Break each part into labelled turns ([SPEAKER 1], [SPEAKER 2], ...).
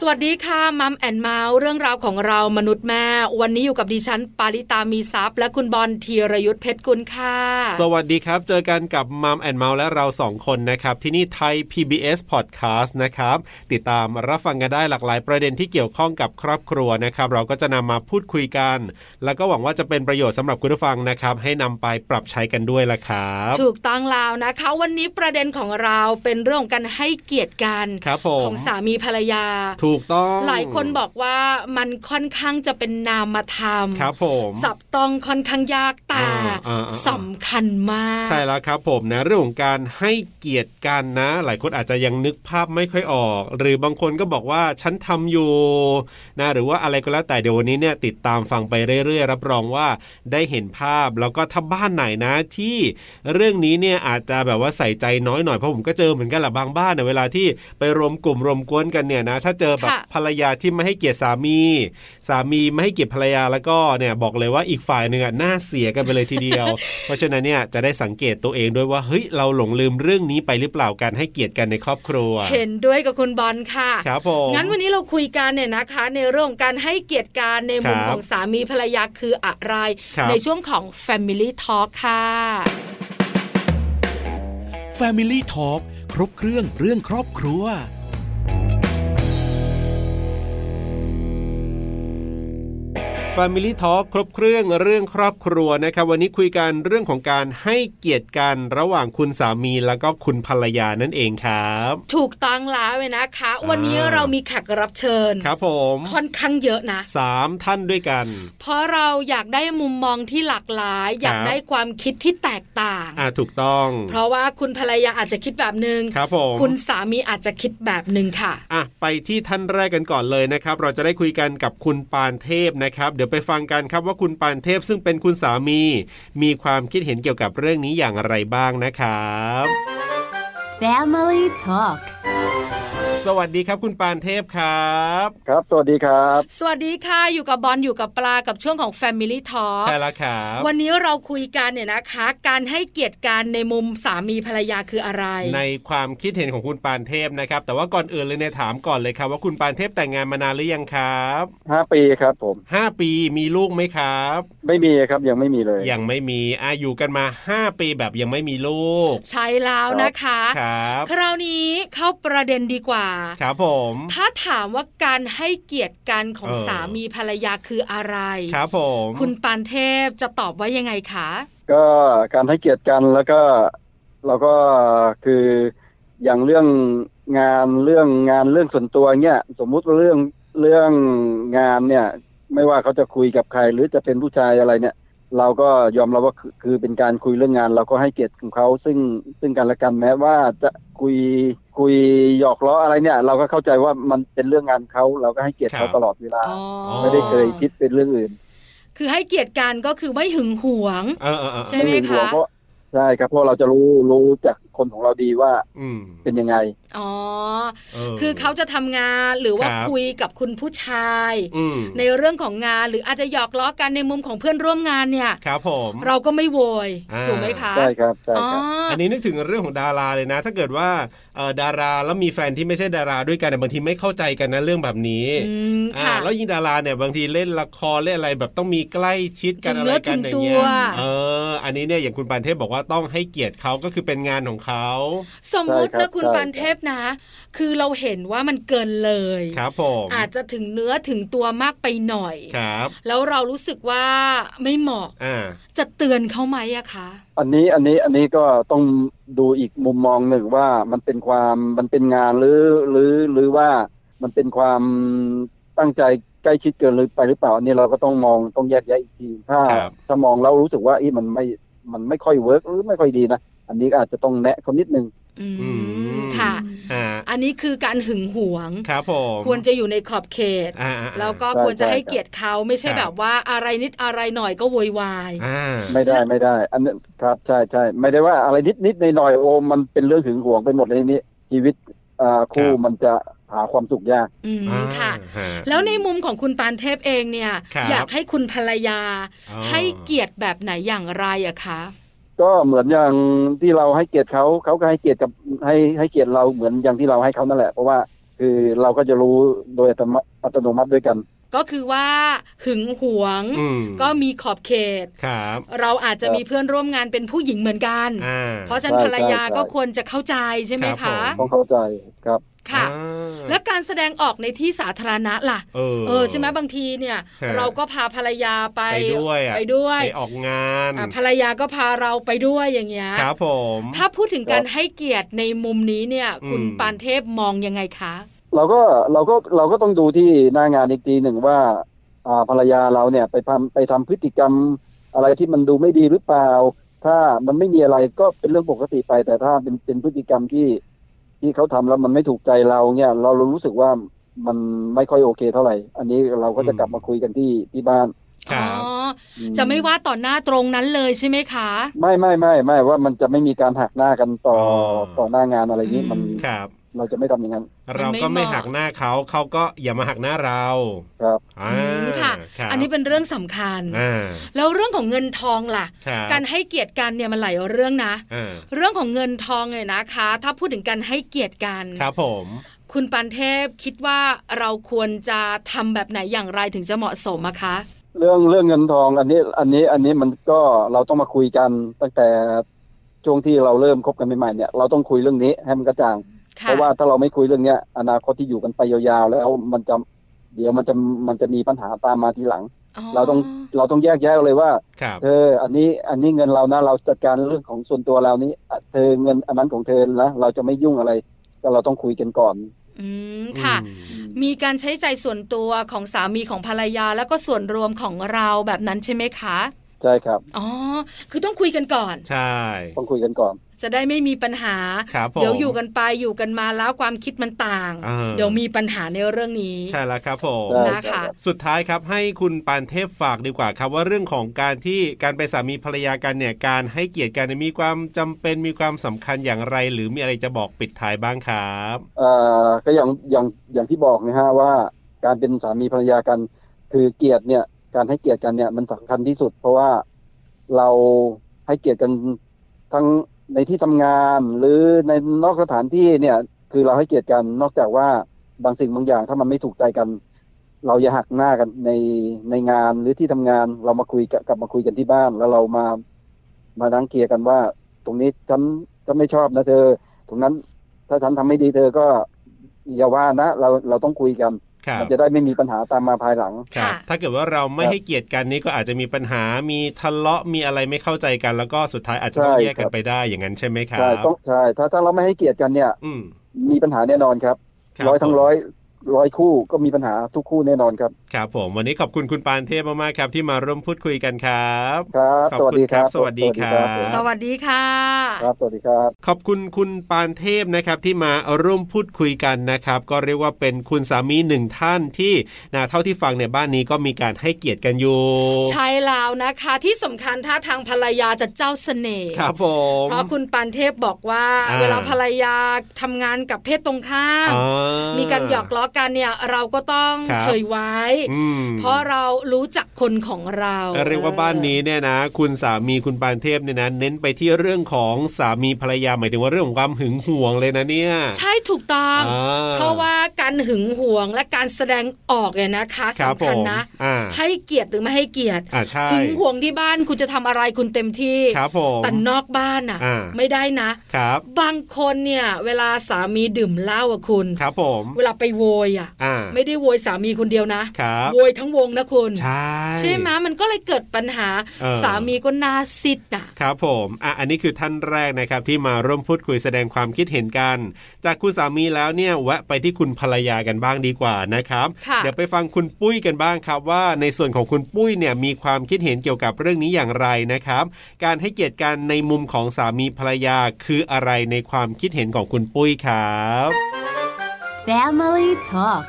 [SPEAKER 1] สวัสดีค่ะมัมแอนเมาส์เรื่องราวของเรามนุษย์แม่ วันนี้อยู่กับดิฉัน ปาริตามีซัพย์และคุณบอลธีรยุทธเพชรกุลค่ะ
[SPEAKER 2] สวัสดีครับ เจอกันกับมัมแอนเมาส์และเราสองคนนะครับ ที่นี่ไทย PBS Podcast นะครับ ติดตามรับฟังกันได้หลากหลายประเด็นที่เกี่ยวข้องกับครอบครัวนะครับ เราก็จะนำมาพูดคุยกัน แล้วก็หวังว่าจะเป็นประโยชน์สำหรับคุณผู้ฟังนะครับ ให้นำไปปรับใช้กันด้วยละครับ
[SPEAKER 1] ถูกต้องแล้วนะคะ วันนี้ประเด็นของเราเป็นเรื่องของการให้เกียรติกัน
[SPEAKER 2] ครับผม
[SPEAKER 1] ของสามีภรรยา
[SPEAKER 2] ถูกต้อง
[SPEAKER 1] หลายคนบอกว่ามันค่อนข้างจะเป็นนามธรรม
[SPEAKER 2] ครับผม
[SPEAKER 1] จับต้องค่อนข้างยากแต่
[SPEAKER 2] อ่าอ่าอ่า
[SPEAKER 1] สำคัญมาก
[SPEAKER 2] ใช่แล้วครับผมนะเรื่องของการให้เกียรติกันนะ หลายคนอาจจะยังนึกภาพไม่ค่อยออก หรือบางคนก็บอกว่าฉันทำอยู่นะหรือว่าอะไรก็แล้วแต่เดี๋ยววันนี้เนี่ยติดตามฟังไปเรื่อยๆ รับรองว่าได้เห็นภาพแล้วก็ถ้าบ้านไหนนะที่เรื่องนี้เนี่ยอาจจะแบบว่าใส่ใจน้อยหน่อยเพราะผมก็เจอเหมือนกันแหละบางบ้านเนี่ยเวลาที่ไปรวมกลุ่มรวมกวนกันเนี่ยนะถ้าเจอแบบ
[SPEAKER 1] ค่ะ
[SPEAKER 2] ภรรยาที่ไม่ให้เกียรติสามี สามีไม่ให้เกียรติภรรยาแล้วก็เนี่ยบอกเลยว่าอีกฝ่ายหนึ่งอ่ะหน้าเสียกันไปเลยทีเดียว เพราะฉะนั้นเนี่ยจะได้สังเกตตัวเองด้วยว่าเฮ้ยเราหลงลืมเรื่องนี้ไปหรือเปล่าการให้เกียรติกันในครอบครัว
[SPEAKER 1] เห็นด้วยกับคุณบอลค่ะ
[SPEAKER 2] ครับผม
[SPEAKER 1] งั้นวันนี้เราคุยกันเนี่ยนะคะ ในเรื่องการให้เกียรติการในมุม
[SPEAKER 2] ครับ
[SPEAKER 1] ของสามีภรรยาคืออะไร
[SPEAKER 2] ครับ
[SPEAKER 1] ในช่วงของ Family Talk ค่ะ
[SPEAKER 3] Family Talk ครบเครื่องเรื่องครอบครัว
[SPEAKER 2] Family Talk ครบเครื่องเรื่องครอบครัวนะครับวันนี้คุยกันเรื่องของการให้เกียรติกันระหว่างคุณสามีแล้วก็คุณภรรยานั่นเองครับ
[SPEAKER 1] ถูกต้องแล้วเลยนะคะ วันนี้เรามีแขกรับเชิญ
[SPEAKER 2] ครับผม
[SPEAKER 1] ค่อนข้างเยอะนะ
[SPEAKER 2] สามท่านด้วยกัน
[SPEAKER 1] เพราะเราอยากได้มุมมองที่หลากหลาย อยาก
[SPEAKER 2] ครับ
[SPEAKER 1] ได้ความคิดที่แตกต่าง
[SPEAKER 2] อ่าถูกต้อง
[SPEAKER 1] เพราะว่าคุณภรรยาอาจจะคิดแบบหนึง่ง
[SPEAKER 2] ครับผม
[SPEAKER 1] คุณสามีอาจจะคิดแบบหนึ่งค่ะ
[SPEAKER 2] อ่ะไปที่ท่านแรกกันก่อนเลยนะครับ เราจะได้คุยกันกับคุณปานเทพนะครับ เดี๋ยวไปฟังกันครับว่าคุณปานเทพซึ่งเป็นคุณสามี มีความคิดเห็นเกี่ยวกับเรื่องนี้อย่างไรบ้างนะครับ
[SPEAKER 4] Family Talk
[SPEAKER 2] สวัสดีครับคุณปานเทพครับ
[SPEAKER 5] ครับ สวัสดีครับ
[SPEAKER 1] สวัสดีค่ะอยู่กับบอลอยู่กับปลากับช่วงของ Family Talk
[SPEAKER 2] ใช่แล้วครับ
[SPEAKER 1] วันนี้เราคุยกันเนี่ยนะคะ การให้เกียรติกันในมุมสามีภรรยาคืออะไร
[SPEAKER 2] ในความคิดเห็นของคุณปานเทพนะครับ แต่ว่าก่อนอื่นเลยเนี่ยถามก่อนเลยครับว่าคุณปานเทพแต่งงานมานานหรือยังครับ
[SPEAKER 5] ห้าปีครับผม
[SPEAKER 2] ห้าปีมีลูกไหมครับ
[SPEAKER 5] ไม่มีครับ ยังไม่มีเลย
[SPEAKER 2] ยังไม่มีอาอยู่กันมาห้าปีแบบยังไม่มีลูก
[SPEAKER 1] ใช่แล้วนะคะ
[SPEAKER 2] ครับ
[SPEAKER 1] คราวนี้เข้าประเด็นดีกว่า
[SPEAKER 2] ครับผม
[SPEAKER 1] ถ้าถามว่าการให้เกียรติกันของ
[SPEAKER 2] เออ
[SPEAKER 1] สามีภรรยาคืออะไร
[SPEAKER 2] ครับผม
[SPEAKER 1] คุณปานเทพจะตอบว่ายังไงคะ
[SPEAKER 5] ก็การให้เกียรติกันแล้วก็เราก็คืออย่างเรื่องงานเรื่องงานเรื่องส่วนตัวเนี่ยสมมุติว่าเรื่องเรื่องงานเนี่ย ไม่ว่าเขาจะคุยกับใคร หรือจะเป็นผู้ชายอะไรเนี่ย เราก็ยอมรับว่าคือคือเป็นการคุยเรื่องงาน เราก็ให้เกียรติของเขาซึ่งซึ่งกันและกันแม้ว่าจะคุยคุยหยอกล้ออะไรเนี่ย เราก็เข้าใจว่ามันเป็นเรื่องงานเขาเราก็ให้เกียรติ
[SPEAKER 2] ค
[SPEAKER 5] เขา
[SPEAKER 2] รับ
[SPEAKER 5] ตลอดเวลา
[SPEAKER 1] อ๋อ
[SPEAKER 5] ไม่ได้เคยคิดเป็นเรื่องอื่น
[SPEAKER 1] คือให้เกียรติกันก็คือไม่หึงหวง
[SPEAKER 2] เออเออเออ
[SPEAKER 1] ใช่ไหมคะ
[SPEAKER 5] ด้ห่วงเพราใช่ครับเพราะเราจะรู้รู้จากคนของเราดีว่า
[SPEAKER 2] อืม
[SPEAKER 5] เป็นยังไง
[SPEAKER 1] อ๋อ
[SPEAKER 2] เออ
[SPEAKER 1] คือเขาจะทำงานหรือว่า
[SPEAKER 2] ครับ
[SPEAKER 1] คุยกับคุณผู้ชาย
[SPEAKER 2] อืม
[SPEAKER 1] ในเรื่องของงานหรืออาจจะหยอกล้อกันในมุมของเพื่อนร่วมงานเนี่ย
[SPEAKER 2] ครับผม
[SPEAKER 1] เราก็ไม่โวย
[SPEAKER 2] อ่า
[SPEAKER 1] ถูกไหมคะ
[SPEAKER 5] ใช่ครับใช่
[SPEAKER 1] อ๋อ
[SPEAKER 5] ครับ
[SPEAKER 1] อ
[SPEAKER 2] อันนี้นึกถึงเรื่องของดาราเลยนะ ถ้าเกิดว่าเอ่อดาราแล้วมีแฟนที่ไม่ใช่ดาราด้วยกันเนยบางทีไม่เข้าใจกันนะเรื่องแบบนี้
[SPEAKER 1] อืม
[SPEAKER 2] อ่า
[SPEAKER 1] ค่ะ
[SPEAKER 2] แล้วยิ่งดาราเนี่ยบางทีเล่นละครเล่นอะไรแบบต้องมีใกล้ชิดกัน
[SPEAKER 1] ถึง
[SPEAKER 2] อะ
[SPEAKER 1] เนื้
[SPEAKER 2] ไร
[SPEAKER 1] อ
[SPEAKER 2] กัน
[SPEAKER 1] ถึ
[SPEAKER 2] อง ย่า
[SPEAKER 1] ตัว
[SPEAKER 2] งเงี้ยเออ อันนี้เนี่ยอย่างคุณปานเทพบอกว่าต้องให้เกียรติเขาก็คือเป็นงานของเขา
[SPEAKER 1] สมมตินะคุณปันเทพนะ คือเราเห็นว่ามันเกินเลย
[SPEAKER 2] ครับผม
[SPEAKER 1] อาจจะถึงเนื้อถึงตัวมากไปหน่อย
[SPEAKER 2] ครับ
[SPEAKER 1] แล้วเรารู้สึกว่าไม่เหมาะ
[SPEAKER 2] อ่า
[SPEAKER 1] จะเตือนเขาไหมอะคะ
[SPEAKER 5] อันนี้อันนี้อันนี้ก็ต้องดูอีกมุมมองหนึ่งว่ามันเป็นความมันเป็นงานหรือหรือหรือว่ามันเป็นความตั้งใจใกล้ชิดเกินหรือไปหรือเปล่าอันนี้เราก็ต้องมองต้องแยกแยะอีกทีถ้า
[SPEAKER 2] ครับ
[SPEAKER 5] ถ้ามองแล้วรู้สึกว่าอีมันไม่มันไม่ค่อยเวิร์กหรือไม่ค่อยดีนะอันนี้ก็อาจจะต้องแนะเขานิดนึง
[SPEAKER 1] อื
[SPEAKER 2] อื
[SPEAKER 1] ม
[SPEAKER 2] ม
[SPEAKER 1] ค่ะ
[SPEAKER 2] อ่า
[SPEAKER 1] อันนี้คือการหึงหวง
[SPEAKER 2] ครับผม
[SPEAKER 1] ควรจะอยู่ในขอบเขต
[SPEAKER 2] อ่าอ่าอ่า
[SPEAKER 1] แล้วก็
[SPEAKER 5] ใช่
[SPEAKER 1] ควรจะ
[SPEAKER 5] ใช่
[SPEAKER 1] ให้เกียรติเขาไม่ใช่
[SPEAKER 2] ครับ
[SPEAKER 1] แบบว่าอะไรนิดอะไรหน่อยก็โวยวาย
[SPEAKER 2] อ่า
[SPEAKER 5] ไม่ได้ไม่ได้ อันนี้ครับใช่ใช่ไม่ได้ว่าอะไรนิดนิดหน่อยหน่อยๆโอ้มันเป็นเรื่องหึงหวงไปหมดเลยนี้ชีวิตอ่าคู่
[SPEAKER 2] ครับ
[SPEAKER 5] มันจะหาความสุขยาก
[SPEAKER 1] อืม
[SPEAKER 2] อ่า
[SPEAKER 1] ค่ะ
[SPEAKER 2] ฮะ
[SPEAKER 1] แล้วในมุมของคุณปานเทพเองเนี่ย
[SPEAKER 2] ครับ
[SPEAKER 1] อยากให้คุณภรรยา
[SPEAKER 2] อ๋อ
[SPEAKER 1] ให้เกียรติแบบไหนอย่างไรอะคะ
[SPEAKER 5] ก็เหมือนอย่างที่เราให้เกียรติเขาเขาก็ให้เกียรติกับให้ให้เกียรติเราเหมือนอย่างที่เราให้เขานั่นแหละ เพราะว่าคือเราก็จะรู้โดยอัตโนมัติอัตโนมัติด้วยกัน
[SPEAKER 1] ก็คือว่าหึงหวง
[SPEAKER 2] อืม
[SPEAKER 1] ก็มีขอบเขต
[SPEAKER 2] ครับ
[SPEAKER 1] เราอาจจะ
[SPEAKER 5] ครับ
[SPEAKER 1] มีเพื่อนร่วมงานเป็นผู้หญิงเหมือนกัน
[SPEAKER 2] อ่า
[SPEAKER 1] เพราะฉะนั้น
[SPEAKER 5] ใช่
[SPEAKER 1] ภรรยา
[SPEAKER 5] ใช่
[SPEAKER 1] ก็ควรจะเข้าใจใช่ไหม
[SPEAKER 2] ครั
[SPEAKER 1] คะ
[SPEAKER 2] บผม
[SPEAKER 5] ต้องเข้าใจครับ
[SPEAKER 1] ค่ะ
[SPEAKER 2] อ่า
[SPEAKER 1] แล้วการแสดงออกในที่สาธารณะล่ะ
[SPEAKER 2] เออ
[SPEAKER 1] เออใช่ไหมบางทีเนี่ย
[SPEAKER 2] ฮะ
[SPEAKER 1] เราก็พาภรรยาไป
[SPEAKER 2] ไปด้วยอะ
[SPEAKER 1] ไปด้วย
[SPEAKER 2] ไปออกงาน
[SPEAKER 1] อ่ะภรรยาก็พาเราไปด้วยอย่างเงี้ย
[SPEAKER 2] ครับผม
[SPEAKER 1] ถ้าพูดถึงการให้เกียรติในมุมนี้เนี่ย
[SPEAKER 2] อืม
[SPEAKER 1] คุณปานเทพมองยังไงคะ
[SPEAKER 5] เราก็เราก็เราก็ต้องดูที่หน้างานอีกทีหนึ่งว่าอ่าภรรยาเราเนี่ยไปทำไปทำพฤติกรรมอะไรที่มันดูไม่ดีหรือเปล่า ถ้ามันไม่มีอะไรก็เป็นเรื่องปกติไป แต่ถ้าเป็นเป็นพฤติกรรมที่ที่เขาทำแล้วมันไม่ถูกใจเราเนี่ย เรารู้สึกว่ามันไม่ค่อยโอเคเท่าไหร่ อันนี้เราก็จะกลับมาคุยกันที่ที่บ้าน
[SPEAKER 2] ค
[SPEAKER 1] อ๋
[SPEAKER 2] รั
[SPEAKER 1] อ
[SPEAKER 2] บ
[SPEAKER 5] อืม
[SPEAKER 1] จะไม่ว่าต่อหน้าตรงนั้นเลยใช่ไหมคะ
[SPEAKER 5] ไม่ไม่ไม่ไม่ว่ามันจะไม่มีการหักหน้ากันต่อ
[SPEAKER 2] อ๋อ
[SPEAKER 5] ต่อหน้างานอะไรนี้มัน
[SPEAKER 1] อืม
[SPEAKER 2] ครับ
[SPEAKER 5] เราจะไม่ทำอย่างนั้น
[SPEAKER 2] เราก็ไม่หักหน้าเขา เขาก็อย่ามาหักหน้าเรา
[SPEAKER 5] ครับ
[SPEAKER 2] อ่า
[SPEAKER 1] อืมค่ะ
[SPEAKER 2] รับ
[SPEAKER 1] อันนี้เป็นเรื่องสำคัญ
[SPEAKER 2] อ่า
[SPEAKER 1] แล้วเรื่องของเงินทองล่ะ
[SPEAKER 2] ครับ
[SPEAKER 1] การให้เกียรติกันเนี่ยมันหลายเรื่องนะ
[SPEAKER 2] อ่า
[SPEAKER 1] เรื่องของเงินทองเนี่ยนะคะ ถ้าพูดถึงการให้เกียรติกัน
[SPEAKER 2] ครับผม
[SPEAKER 1] คุณปันเทพคิดว่าเราควรจะทำแบบไหนอย่างไรถึงจะเหมาะสมอะคะ
[SPEAKER 5] เรื่องเรื่องเงินทองอันนี้อันนี้อันนี้มันก็เราต้องมาคุยกันตั้งแต่ช่วงที่เราเริ่มคบกันใหม่ๆเนี่ยเราต้องคุยเรื่องนี้ให้มันกระจ่าง
[SPEAKER 1] ค่ะ
[SPEAKER 5] เพราะว่าถ้าเราไม่คุยเรื่องเนี้ยอนาคตที่อยู่กันไปยาวๆ แล้วมันจะเดี๋ยวมันจะมันจะมีปัญหาตามมาทีหลัง เราต้องเราต้องแยกแยะเลยว่า
[SPEAKER 2] ครับ
[SPEAKER 5] เธออันนี้อันนี้เงินเรานะเราจัดการเรื่องของส่วนตัวเรานี้อ่ะเธอเงินอันนั้นของเธอนะเราจะไม่ยุ่งอะไร ก็เราต้องคุยกันก่อน
[SPEAKER 1] อืมค่ะ
[SPEAKER 2] อืม
[SPEAKER 5] อืม
[SPEAKER 1] มีการใช้ใจายส่วนตัวของสามีของภรรยาแล้วก็ส่วนรวมของเราแบบนั้นใช่ไหมคะ
[SPEAKER 5] ใช่ครับ
[SPEAKER 1] อ๋อ คือต้องคุยกันก่อน
[SPEAKER 2] ใช่
[SPEAKER 5] ต้องคุยกันก่อน
[SPEAKER 1] จะได้ไม่มีปัญหา
[SPEAKER 2] ครับผม
[SPEAKER 1] เดี๋ยวอยู่กันไปอยู่กันมาแล้วความคิดมันต่าง
[SPEAKER 2] เออ
[SPEAKER 1] เดี๋ยวมีปัญหาในเรื่องนี้
[SPEAKER 2] ใช่แล้วครับผม
[SPEAKER 5] ใช่
[SPEAKER 1] นะคะ
[SPEAKER 2] สุดท้ายครับให้คุณปานเทพฝากดีกว่าครับ ว่าเรื่องของการที่การไปนสามีภรรยากันเนี่ยการให้เกียรติกันมีความจำเป็นมีความสำคัญอย่างไร หรือมีอะไรจะบอกปิดท้ายบ้างครับ
[SPEAKER 5] เอ่อก็อย่างอย่างอย่างที่บอกนะฮะว่าการเป็นสามีภรรยากัน คือเกียรติเนี่ยการให้เกียรติกันเนี่ยมันสำคัญที่สุด เพราะว่าเราให้เกียรติกันทั้งในที่ทำงาน หรือในนอกสถานที่เนี่ยคือเราให้เกียรติกันนอกจากว่าบางสิ่งบางอย่างถ้ามันไม่ถูกใจกัน เราอย่าหักหน้ากันในในงานหรือที่ทำงานเรามาคุยกับกลับมาคุยกันที่บ้านแล้วเรามามานั่งเคลียร์กันว่า ตรงนี้ฉันฉันไม่ชอบนะเธอ ตรงนั้น ถ้าฉันทำไม่ดีเธอก็อย่าว่านะเราเราต้องคุยกัน
[SPEAKER 2] ครับ
[SPEAKER 5] มัจะได้ไม่มีปัญหาตามมาภายหลัง
[SPEAKER 2] ครับ
[SPEAKER 1] ค่ะ
[SPEAKER 2] ถ้าเกิดว่าเราไม่ให้เกียรติกันนี่ก็อาจจะมีปัญหา มีทะเลาะ มีอะไรไม่เข้าใจกัน แล้วก็สุดท้ายอาจจะต้อง
[SPEAKER 5] ใช่
[SPEAKER 2] แยกกั
[SPEAKER 5] คน รับ
[SPEAKER 2] ไปได้ อย่างนั้นใช่ไหมครับ
[SPEAKER 5] ใช่ต้องใช่ถ้าถ้าเราไม่ให้เกียรติกันเนี่ย
[SPEAKER 2] อืม
[SPEAKER 5] มีปัญหาแน่นอนครับ
[SPEAKER 2] คบ
[SPEAKER 5] ร้อยทั้ง
[SPEAKER 2] ผม
[SPEAKER 5] ร้อยร้อยคู่ก็มีปัญหาทุกคู่แน่นอนครับ
[SPEAKER 2] ครับผม วันนี้ขอบคุณคุณปานเทพมากๆครับ ที่มาร่วมพูดคุยกันครับ
[SPEAKER 5] ครับ
[SPEAKER 2] ขอบ
[SPEAKER 5] สวัส
[SPEAKER 2] คุณ
[SPEAKER 5] ดี
[SPEAKER 2] ค
[SPEAKER 5] ค
[SPEAKER 2] รั
[SPEAKER 5] รั
[SPEAKER 2] บบ สวัสดีครับ
[SPEAKER 1] สวัสดีค่ะ
[SPEAKER 5] ครับ สวัสดีครับ
[SPEAKER 2] ขอบคุณคุณปานเทพนะครับที่มาร่วมพูดคุยกันนะครับ ก็เรียกว่าเป็นคุณสามีหนึ่งท่านที่นะเท่าที่ฟังเนี่ยบ้านนี้ก็มีการให้เกียรติกันอยู่
[SPEAKER 1] ใช่แล้วนะคะที่สำคัญท่าทางภรรยาจะเจ้าเสน่ห์
[SPEAKER 2] ครับผม
[SPEAKER 1] เพราะคุณปันเทพบอกว่า
[SPEAKER 2] อ่า
[SPEAKER 1] เวลาภรรยาทำงานกับเพศตรงข้าม
[SPEAKER 2] อ่า
[SPEAKER 1] มีการหยอกล้อกันเนี่ย เราก็ต้อง
[SPEAKER 2] ครับ
[SPEAKER 1] เฉยไว้
[SPEAKER 2] อืม
[SPEAKER 1] เพราะเรารู้จักคนของเรา
[SPEAKER 2] เรียกว่าบ้านนี้เนี่ยนะ คุณสามีคุณปานเทพเนี่ยนะเน้นไปที่เรื่องของสามีภรรยาหมายถึงว่าเรื่องของความหึงหวงเลยนะเนี่ย
[SPEAKER 1] ใช่ถูกต้อง
[SPEAKER 2] อ่
[SPEAKER 1] เพราะว่าการหึงหวงและการแสดงออกเนี่ยนะคะ
[SPEAKER 2] รับ
[SPEAKER 1] สำคัญ
[SPEAKER 2] ผม
[SPEAKER 1] นะ
[SPEAKER 2] อ่า
[SPEAKER 1] ให้เกียรติหรือไม่ให้เกียรติ
[SPEAKER 2] อ่าใช่
[SPEAKER 1] หึงหวงที่บ้านคุณจะทำอะไรคุณเต็มที่
[SPEAKER 2] ครับผม
[SPEAKER 1] แต่นอกบ้าน
[SPEAKER 2] อ่า
[SPEAKER 1] น่ะ ไม่ได้นะ
[SPEAKER 2] ครับ
[SPEAKER 1] บางคนเนี่ย เวลาสามีดื่มเหล้าอะคุณ
[SPEAKER 2] ครับผม
[SPEAKER 1] เวลาไปโวยอะ
[SPEAKER 2] อ่า
[SPEAKER 1] ไม่ได้โวยสามีคนเดียวนะครับ โวยทั้งวงนะคุณ
[SPEAKER 2] ใช่
[SPEAKER 1] ไหมมันก็เลยเกิดปัญหา
[SPEAKER 2] เออ
[SPEAKER 1] สามีก็หน่าซิดน่ะ
[SPEAKER 2] ครับผมอ่ะอันนี้คือท่านแรกนะครับที่มาร่วมพูดคุยแสดงความคิดเห็นกัน จากคุณสามีแล้วเนี่ยแวะไปที่คุณภรรยากันบ้างดีกว่านะครับ
[SPEAKER 1] ค่ะ
[SPEAKER 2] เดี๋ยวไปฟังคุณปุ้ยกันบ้างครับ ว่าในส่วนของคุณปุ้ยเนี่ยมีความคิดเห็นเกี่ยวกับเรื่องนี้อย่างไรนะครับ การให้เกียรติกันในมุมของสามีภรรยาคืออะไรในความคิดเห็นของคุณปุ้ยครับ
[SPEAKER 4] Family Talk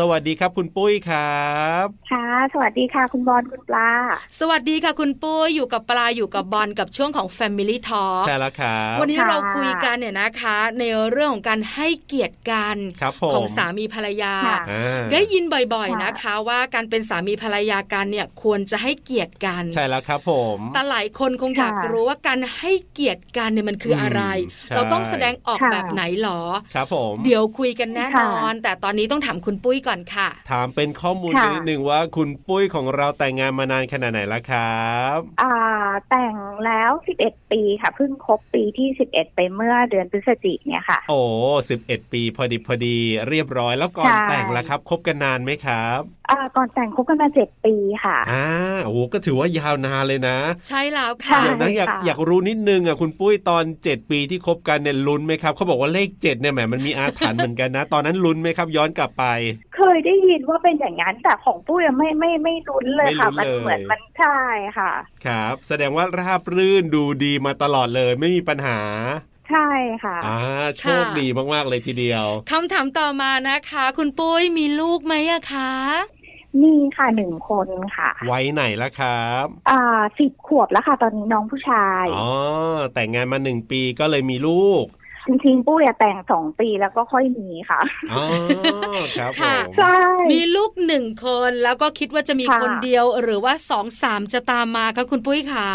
[SPEAKER 2] สวัสดีครับคุณปุ้ยครับ
[SPEAKER 6] ค่ะ สวัสดีค่ะ คุณบอลคุณปลา
[SPEAKER 1] สวัสดีค่ะคุณปุ้ยอยู่กับปลาอยู่กับบอลกับช่วงของ Family Talk
[SPEAKER 2] ใช่แล้วครับ
[SPEAKER 1] วันนี้
[SPEAKER 6] ค่ะ
[SPEAKER 1] เราคุยกันเนี่ยนะคะ ในเรื่องของการให้เกียรติกัน
[SPEAKER 2] ครับผม
[SPEAKER 1] ของสามีภรรยา
[SPEAKER 6] ค่ะ
[SPEAKER 2] อ่า
[SPEAKER 1] ได้ยินบ่อยๆนะคะว่าการเป็นสามีภรรยากันเนี่ยควรจะให้เกียรติกัน
[SPEAKER 2] ใช่แล้วครับผม
[SPEAKER 1] แต่หลายคนคงอยาก
[SPEAKER 6] ค่ะ
[SPEAKER 1] รู้ว่าการให้เกียรติกันเนี่ยมันคืออะไร
[SPEAKER 2] อืมใช่
[SPEAKER 1] เราต้องแสดงออกแบบไหนหรอ
[SPEAKER 2] ครับผม
[SPEAKER 1] เดี๋ยวคุยกันแน่นอน แต่ตอนนี้ต้องถามคุณปุ้ยก่อนค่ะ
[SPEAKER 2] ถามเป็นข้อมูล
[SPEAKER 6] ค่ะ
[SPEAKER 2] กันนิดนึงว่าคุณปุ้ยของเราแต่งงานมานานขนาดไหนแล้วครับ
[SPEAKER 6] อ่า แต่งแล้ว 11 ปีค่ะ เพิ่งครบปีที่ 11 ไปเมื่อเดือนพฤศจิกเนี่ยค่ะ
[SPEAKER 2] โอ้สิบเอ็ดปีพอดีพอดีเรียบร้อยแล้วก่อน
[SPEAKER 6] ใช่
[SPEAKER 2] แต่งละครับคบกันนานไหมครับ
[SPEAKER 6] อ่า ก่อนแต่งคบกันมา7ปีค่ะ
[SPEAKER 2] อ่าโอ้โหก็ถือว่ายาวนานเลยนะ
[SPEAKER 1] ใช่แล้วค่ะ
[SPEAKER 6] ใช่
[SPEAKER 2] เดี๋ยวนะอยาก
[SPEAKER 6] ค่ะ
[SPEAKER 2] อยากรู้นิดนึงอ่ะคุณปุ้ยตอนเจ็ดปีที่คบกันเนี่ยลุ้นไหมครับเขาบอกว่าเลขเจ็ดเนี่ยแหมมันมีอาถรรพ์เหมือนกันนะ ตอนนั้นลุ้นไหมครับ ย้อนกลับไป
[SPEAKER 6] เคยได้ยินว่าเป็นอย่างนั้นแต่ของปุ้ยอะไม่ไม่ไม่ลุ้นเลยค่ะ
[SPEAKER 2] ไม่
[SPEAKER 6] มัน
[SPEAKER 2] ลุ้นเลย
[SPEAKER 6] เหมือนมันใช่ค่ะ
[SPEAKER 2] ครับ แสดงว่าราบรื่นดูดีมาตลอดเลยไม่มีปัญหา
[SPEAKER 6] ใช่ค่ะ
[SPEAKER 2] อ่าโชค
[SPEAKER 1] ค่ะ
[SPEAKER 2] ดีมากๆเลยทีเดียว
[SPEAKER 1] คำถามต่อมานะคะ คุณปุ้ยมีลูกไหมอะคะ
[SPEAKER 6] มีค่ะหนึ่งคนค่ะ
[SPEAKER 2] ไว้ไหนละครับ
[SPEAKER 6] อ่าสิบขวบแล้วค่ะ ตอนนี้น้องผู้ชาย
[SPEAKER 2] อ๋อ แต่งงานมาหนึ่งปีก็เลยมีลูก
[SPEAKER 6] จริงๆปุ้ยอะแต่งสองปีแล้วก็ค่อยมีค่ะ
[SPEAKER 2] อ๋อ ครับผม
[SPEAKER 6] ใช่
[SPEAKER 1] มีลูกหนึ่งคนแล้วก็คิดว่าจะมี
[SPEAKER 6] ค่ะ
[SPEAKER 1] คนเดียว หรือว่าสองสามจะตามมาคะคุณปุ้ยขา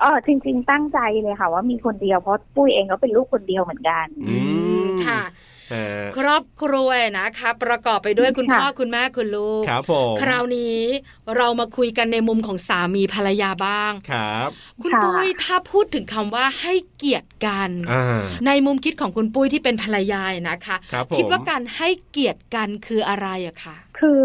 [SPEAKER 6] เออจริง ๆ ตั้งใจเลยค่ะ ว่ามีคนเดียวเพราะปุ้ยเองก็เป็นลูกคนเดียวเหมือนกัน
[SPEAKER 2] อืม
[SPEAKER 1] ค่ะ
[SPEAKER 2] อ่า
[SPEAKER 1] ครอบครัวนะคะ ประกอบไปด้วยคุณ
[SPEAKER 6] ค่ะ
[SPEAKER 1] พ่อคุณแม่คุณลูก
[SPEAKER 2] ครับผม
[SPEAKER 1] คราวนี้เรามาคุยกันในมุมของสามีภรรยาบ้าง
[SPEAKER 2] ครับ
[SPEAKER 1] คุณ
[SPEAKER 6] ค่ะ
[SPEAKER 1] ปุ้ยถ้าพูดถึงคำว่าให้เกียรติกัน
[SPEAKER 2] อ่า
[SPEAKER 1] ในมุมคิดของคุณปุ้ยที่เป็นภรรยาเนี่ยนะคะ
[SPEAKER 2] ครับผม
[SPEAKER 1] คิดว่าการให้เกียรติกันคืออะไรอะคะ
[SPEAKER 6] คือ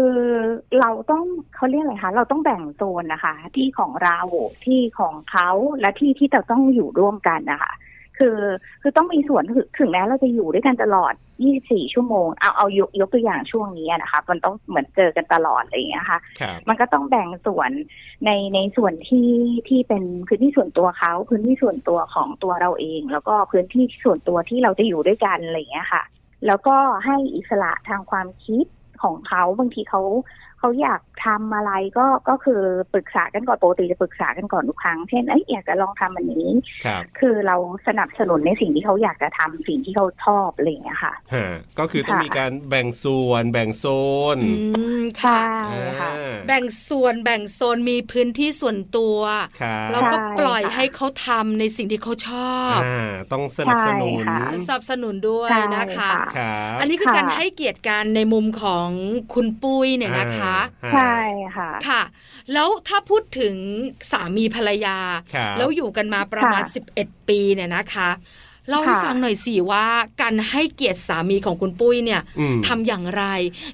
[SPEAKER 6] เราต้องเขาเรียกอะไรคะเราต้องแบ่งโซนนะคะ ที่ของเราที่ของเขาและที่ที่เราต้องอยู่ร่วมกันนะคะคือคือต้องมีส่วนถึงถึงแม้เราจะอยู่ด้วยกันตลอด 24 ชั่วโมง เอาเอายกยกตัวอย่างช่วงนี้อะนะคะ มันต้องเหมือนเจอกันตลอดอะไรอย่างเงี้ยค่ะ
[SPEAKER 2] ครับ
[SPEAKER 6] มันก็ต้องแบ่งส่วนในในส่วนที่ที่เป็นพื้นที่ส่วนตัวเขาพื้นที่ส่วนตัวของตัวเราเอง แล้วก็พื้นที่ส่วนตัวที่เราจะอยู่ด้วยกันอะไรอย่างเงี้ยค่ะ แล้วก็ให้อิสระทางความคิดของเขาบางทีเขาเขาอยากทำอะไรก็ก็คือปรึกษากันก่อนปกติจะปรึกษากันก่อนทุกครั้งเช่นเอ้ยอยากจะลองทำอันนี้
[SPEAKER 2] ครับ
[SPEAKER 6] คือเราสนับสนุนในสิ่งที่เขาอยากจะทำสิ่งที่เขาชอบอะไรอย่างเงี้ยค่ะ
[SPEAKER 2] ฮะ ก็คือต้อง
[SPEAKER 6] ค่ะ
[SPEAKER 2] มีการแบ่งส่วน แบ่งโซน
[SPEAKER 1] อืมค่ะ
[SPEAKER 6] ค่ะ
[SPEAKER 2] อ่า
[SPEAKER 1] แบ่งส่วนแบ่งโซนมีพื้นที่ส่วนตัว
[SPEAKER 2] ครับ
[SPEAKER 1] แล้วก็
[SPEAKER 6] ใช่
[SPEAKER 1] ปล่อย
[SPEAKER 6] ค่ะ
[SPEAKER 1] ให้เขาทำในสิ่งที่เขาชอบ
[SPEAKER 2] อ่า ต้องสนับสนุน
[SPEAKER 6] ใช่ค่ะ
[SPEAKER 1] สนับสนุนด้วย
[SPEAKER 6] ใช่
[SPEAKER 1] นะคะ
[SPEAKER 6] ค่ะ
[SPEAKER 2] ครับ
[SPEAKER 1] อันนี้คือ
[SPEAKER 6] ค่ะ
[SPEAKER 1] การให้เกียรติกันในมุมของคุณปุ้ยเนี่ยนะคะ
[SPEAKER 2] อ่า
[SPEAKER 6] ใช่ค่ะ
[SPEAKER 1] ค่ะ แล้วถ้าพูดถึงสามีภรรยา
[SPEAKER 2] ครับ
[SPEAKER 1] แล้วอยู่กันมาประมาณ
[SPEAKER 6] ค่ะ
[SPEAKER 1] 11 ปีเนี่ยนะคะเล่าให้
[SPEAKER 6] ค่ะ
[SPEAKER 1] ฟังหน่อยสิว่าการให้เกียรติสามีของคุณปุ้ยเนี่ย
[SPEAKER 2] อืม
[SPEAKER 1] ทำอย่างไร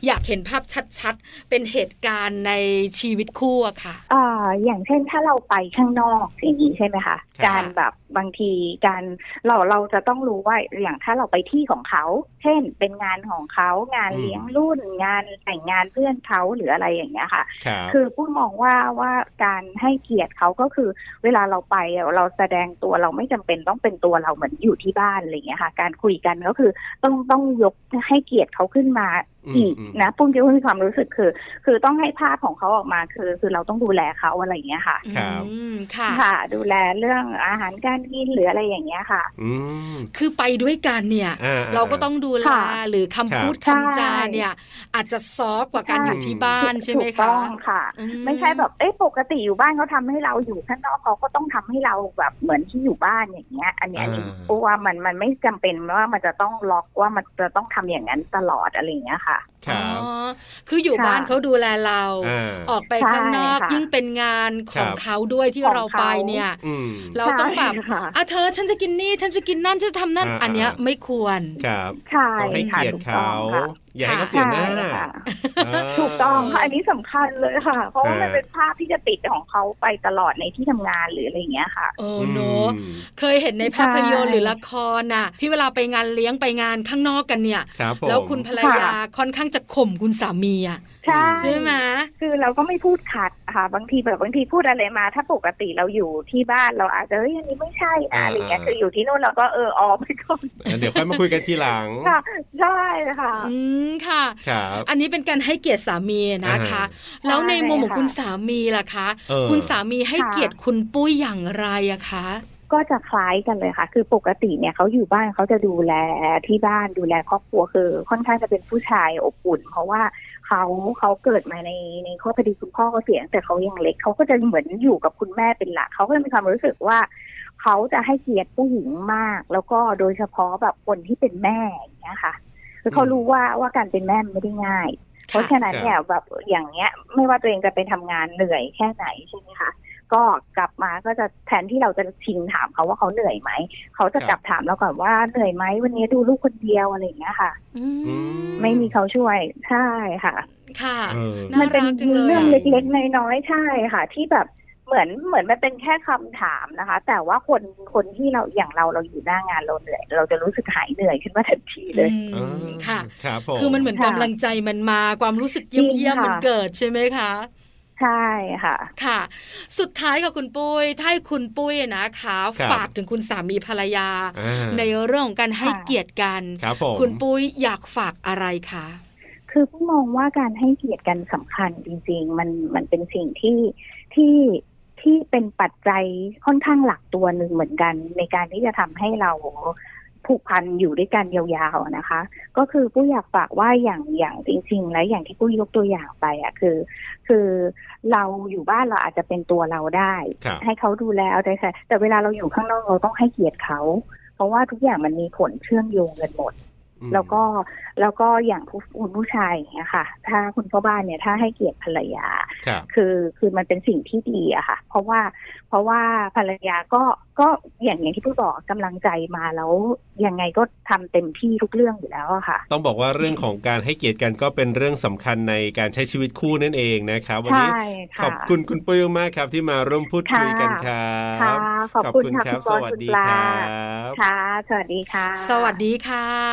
[SPEAKER 1] อยากเห็นภาพชัดๆ เป็นเหตุการณ์ในชีวิตคู่อะค่ะ
[SPEAKER 6] เอ่ออย่างเช่นถ้าเราไปข้างนอกอย่างนี้ใช่ไหมคะ
[SPEAKER 2] ค่ะ
[SPEAKER 6] การแบบบางทีการเราเราจะต้องรู้ว่าอย่างถ้าเราไปที่ของเขา เช่นเป็นงานของเขางานเลี้ยงรุ่น งานแต่งงานเพื่อนเขาหรืออะไรอย่างเงี้ยค่ะ
[SPEAKER 2] ครับ
[SPEAKER 6] คือพูดมองว่าว่าการให้เกียรติเขาก็คือ เวลาเราไปอะเราแสดงตัวเราไม่จำเป็นต้องเป็นตัวเราเหมือนอยู่ที่บ้านอะไรอย่างเงี้ยค่ะ การคุยกันก็คือต้องต้องยกให้เกียรติเขาขึ้นมาอีก
[SPEAKER 2] อืมอืม
[SPEAKER 6] นะปุ้มคิดว่ามีความรู้สึกคือ คือต้องให้ภาพของเขาออกมาคือ คือเราต้องดูแลเขาอะไรอย่างเงี้ยค่ะ
[SPEAKER 2] ครับ
[SPEAKER 1] อืมค่ะ
[SPEAKER 6] ค่ะ ดูแลเรื่องอาหารการกินหรืออะไรอย่างเงี้ยค่ะ
[SPEAKER 2] อืม
[SPEAKER 1] คือไปด้วยกันเนี่ย
[SPEAKER 2] อ่
[SPEAKER 1] เราก็ต้องดูแล
[SPEAKER 6] ค่ะ
[SPEAKER 1] หรือคำ
[SPEAKER 2] ครับ
[SPEAKER 1] พูดคำจาเนี่ย อาจจะซอฟต์กว่าการ
[SPEAKER 6] ใช่
[SPEAKER 1] อยู่ที่บ้านใช่ไหม
[SPEAKER 6] ถูก
[SPEAKER 1] คะ
[SPEAKER 6] ต้องค่ะ
[SPEAKER 1] อื
[SPEAKER 6] ไม่ใช่แบบเอ้ปกติอยู่บ้านเขาทำให้เราอยู่ข้างนอกเขาก็ต้องทำให้เราแบบเหมือนที่อยู่บ้านอย่างเงี้ย อันเนี้ย
[SPEAKER 2] อ่า
[SPEAKER 6] เพราะว่ามันมันไม่จำเป็นว่ามันจะต้องล็อกว่ามันจะต้องทำอย่างนั้นตลอดอะไรอย่างเงี้ยค่ะ
[SPEAKER 2] ครับ
[SPEAKER 1] อ๋อคืออยู่
[SPEAKER 6] ค่ะ
[SPEAKER 1] บ้านเขาดูแลเรา
[SPEAKER 2] อ่า
[SPEAKER 1] ออกไปข้างนอก
[SPEAKER 6] ใช่ค่ะ
[SPEAKER 1] ยิ่งเป็นงานของ
[SPEAKER 2] ครับ
[SPEAKER 1] เขาด้วยที่
[SPEAKER 6] ของ
[SPEAKER 1] เราไปเนี่ย
[SPEAKER 2] อืม
[SPEAKER 1] เราต้องแบบ
[SPEAKER 6] ใช่ค่ะ
[SPEAKER 1] อ่ะเธอฉันจะกินนี่ฉันจะกินนั่นฉันจะทำนั่น
[SPEAKER 2] อ่า
[SPEAKER 1] อันเนี้ยไม่ควร
[SPEAKER 2] ครับ
[SPEAKER 6] ใช่
[SPEAKER 2] ต้องให้
[SPEAKER 6] ค่ะ
[SPEAKER 2] เกียร
[SPEAKER 6] ถู
[SPEAKER 2] ติ
[SPEAKER 6] กต้อ
[SPEAKER 2] เขา
[SPEAKER 6] งค่ะ
[SPEAKER 2] อย่าให้เขา
[SPEAKER 1] ค่ะ
[SPEAKER 2] เสียหน้า
[SPEAKER 6] ใช่ค่ะ
[SPEAKER 2] อ่า
[SPEAKER 6] ถูกต้องค่ะอันนี้สำคัญเลยค่ะ เพราะว่า
[SPEAKER 2] อ่ามั
[SPEAKER 6] มันเป็นภาพที่จะติดของเขาไปตลอดในที่ทำงานหรืออะไรอย่างเงี้ยค่ะ
[SPEAKER 1] โอ้
[SPEAKER 2] อืม
[SPEAKER 1] โนอะเคยเห็นในภาพยนตร์
[SPEAKER 6] ใช่
[SPEAKER 1] หรือละครน่ะ ที่เวลาไปงานเลี้ยงไปงานข้างนอกกันเนี่ย
[SPEAKER 2] ครับผม
[SPEAKER 1] แล้วคุณภรรยาค่อนข้างจะ จะข่มคุณสามีอะ
[SPEAKER 6] ใช่
[SPEAKER 1] ใช่ไหม
[SPEAKER 6] คือเราก็ไม่พูดขัดค่ะ บางทีแบบบางทีพูดอะไรมา ถ้าปกติเราอยู่ที่บ้านเราอาจจะเฮ้ยอันนี้ไม่ใช่นะ
[SPEAKER 2] อ่า
[SPEAKER 6] อะไรเงี้ยคืออยู่ที่นู่นเราก็เออออกไปก่อน
[SPEAKER 2] เดี๋ยวค่อยมาคุยกันทีหลัง
[SPEAKER 6] ค่ะใช่ค่ะ
[SPEAKER 1] อืมค่ะ
[SPEAKER 2] ครับ
[SPEAKER 1] อันนี้เป็นการให้เกียรติสามีนะคะ
[SPEAKER 2] อ่า
[SPEAKER 1] แล้วในมุมของ
[SPEAKER 6] ใช่ค่ะ
[SPEAKER 1] คุณสามีล่ะคะ
[SPEAKER 2] เออ
[SPEAKER 1] คุณสามีให้เกียรติคุณปุ้ยอย่างไรอะคะ
[SPEAKER 6] ก็จะคล้ายกันเลยค่ะ คือปกติเนี่ยเขาอยู่บ้านเขาจะดูแลที่บ้านดูแลครอบครัวคือค่อนข้างจะเป็นผู้ชายอบอุ่น เพราะว่าเขาเขาเกิดมาในในครอบครัวพอดีคุณพ่อเขาเสียตั้งแต่เขายังเล็กเขาก็จะเหมือนอยู่กับคุณแม่เป็นหลักเขาก็เลยมีความรู้สึกว่า เขาจะให้เกียรติผู้หญิงมาก แล้วก็โดยเฉพาะแบบคนที่เป็นแม่อย่างเงี้ยค่ะคือเขารู้ว่าว่าการเป็นแม่มันไม่ได้ง่าย เพราะฉะนั้นเนี่ยแบบอย่างเงี้ย ไม่ว่าตัวเองจะไปทำงานเหนื่อยแค่ไหนใช่ไหมคะก็กลับมาก็จะแทนที่เราจะชิงถามเขาว่าเขาเหนื่อยไหมเขาจะกลับถามเราก่อนว่าเหนื่อยไหมวันนี้ดูลูกคนเดียวอะไรอย่างเงี้ยค่ะ
[SPEAKER 1] อื
[SPEAKER 2] อื
[SPEAKER 1] ม
[SPEAKER 2] ม
[SPEAKER 6] ไม่มีเขาช่วยใช่ค่ะ
[SPEAKER 1] ค่ะ
[SPEAKER 2] เออ
[SPEAKER 1] า
[SPEAKER 6] มันเป็น
[SPEAKER 1] รักจังเลย
[SPEAKER 6] เรื่องเล็กๆน้อยๆใช่ค่ะ ที่แบบเหมือนเหมือนมันเป็นแค่คำถามนะคะ แต่ว่าคนคนที่เราอย่างเราเราอยู่หน้างานเราเหนื่อยเราจะรู้สึกหายเหนื่อยขึ้นมาทันทีเลย
[SPEAKER 1] อืมค่ะ
[SPEAKER 2] ครับผม
[SPEAKER 1] คือมันเหมือน
[SPEAKER 6] ค่ะ
[SPEAKER 1] กำลังใจมันมาความรู้สึกเยี่ยม
[SPEAKER 6] จริ
[SPEAKER 1] เยี่ยม
[SPEAKER 6] งค่ะ
[SPEAKER 1] มันเกิดใช่ไหมคะ
[SPEAKER 6] ใช่ค่ะ
[SPEAKER 1] ค่ะ สุดท้ายค่ะคุณปุ้ยถ้าให้คุณปุ้ยนะคะ
[SPEAKER 2] ครับ
[SPEAKER 1] ฝากถึงคุณสามีภรรยา
[SPEAKER 2] อ่า
[SPEAKER 1] ในเรื่องของการให้
[SPEAKER 6] ค่ะ
[SPEAKER 1] เกียรติกัน
[SPEAKER 2] ครับผม
[SPEAKER 1] คุณปุ้ยอยากฝากอะไรคะ
[SPEAKER 6] คือผู้มองว่าการให้เกียรติกันสำคัญจริง ๆ มันมันเป็นสิ่งที่ที่ที่เป็นปัจจัยค่อนข้างหลักตัวหนึ่งเหมือนกัน ในการที่จะทำให้เราผูกพันอยู่ด้วยกันยาวๆนะคะ ก็คือผู้อยากฝากว่าอย่างอย่างจริง ๆ และอย่างที่ผู้ยกตัวอย่างไปอะคือ คือเราอยู่บ้านเราอาจจะเป็นตัวเราได้
[SPEAKER 2] ครับ
[SPEAKER 6] ให้เขาดูแลเอาใจใส่แต่เวลาเราอยู่ข้างนอกเราต้องให้เกียรติเขา เพราะว่าทุกอย่างมันมีผลเชื่อมโยงกันหมด
[SPEAKER 2] อืม
[SPEAKER 6] แล้วก็แล้วก็อย่างผู้คุณผู้ชายอย่างเงี้ยค่ะ ถ้าคุณพ่อบ้านเนี่ยถ้าให้เกียรติภรรยา
[SPEAKER 2] ครับ
[SPEAKER 6] คือคือมันเป็นสิ่งที่ดีอะค่ะ เพราะว่าเพราะว่าภรรยาก็ก็อย่างอย่างที่ผู้บอกกำลังใจมาแล้วยังไงก็ทำเต็มที่ทุกเรื่องอยู่แล้วอะค่ะ
[SPEAKER 2] ต้องบอกว่าเรื่องของการให้เกียรติกันก็เป็นเรื่องสำคัญในการใช้ชีวิตคู่นั่นเองนะครับ วั
[SPEAKER 6] ใช่
[SPEAKER 2] นี้
[SPEAKER 6] ค่ะ
[SPEAKER 2] ขอบคุณคุณปุ้ยมากครับที่มาร่วมพูดคุยกันครั
[SPEAKER 6] ค่ะ
[SPEAKER 2] บ
[SPEAKER 6] ขอบคุณค่ะ
[SPEAKER 2] ครับ
[SPEAKER 6] คุ
[SPEAKER 2] ส
[SPEAKER 6] ณบอล
[SPEAKER 2] วัสดี
[SPEAKER 6] คุณปลา
[SPEAKER 2] ครับ
[SPEAKER 6] ค่ะ สวัสดีค่ะ
[SPEAKER 1] สวัสดีค่ะ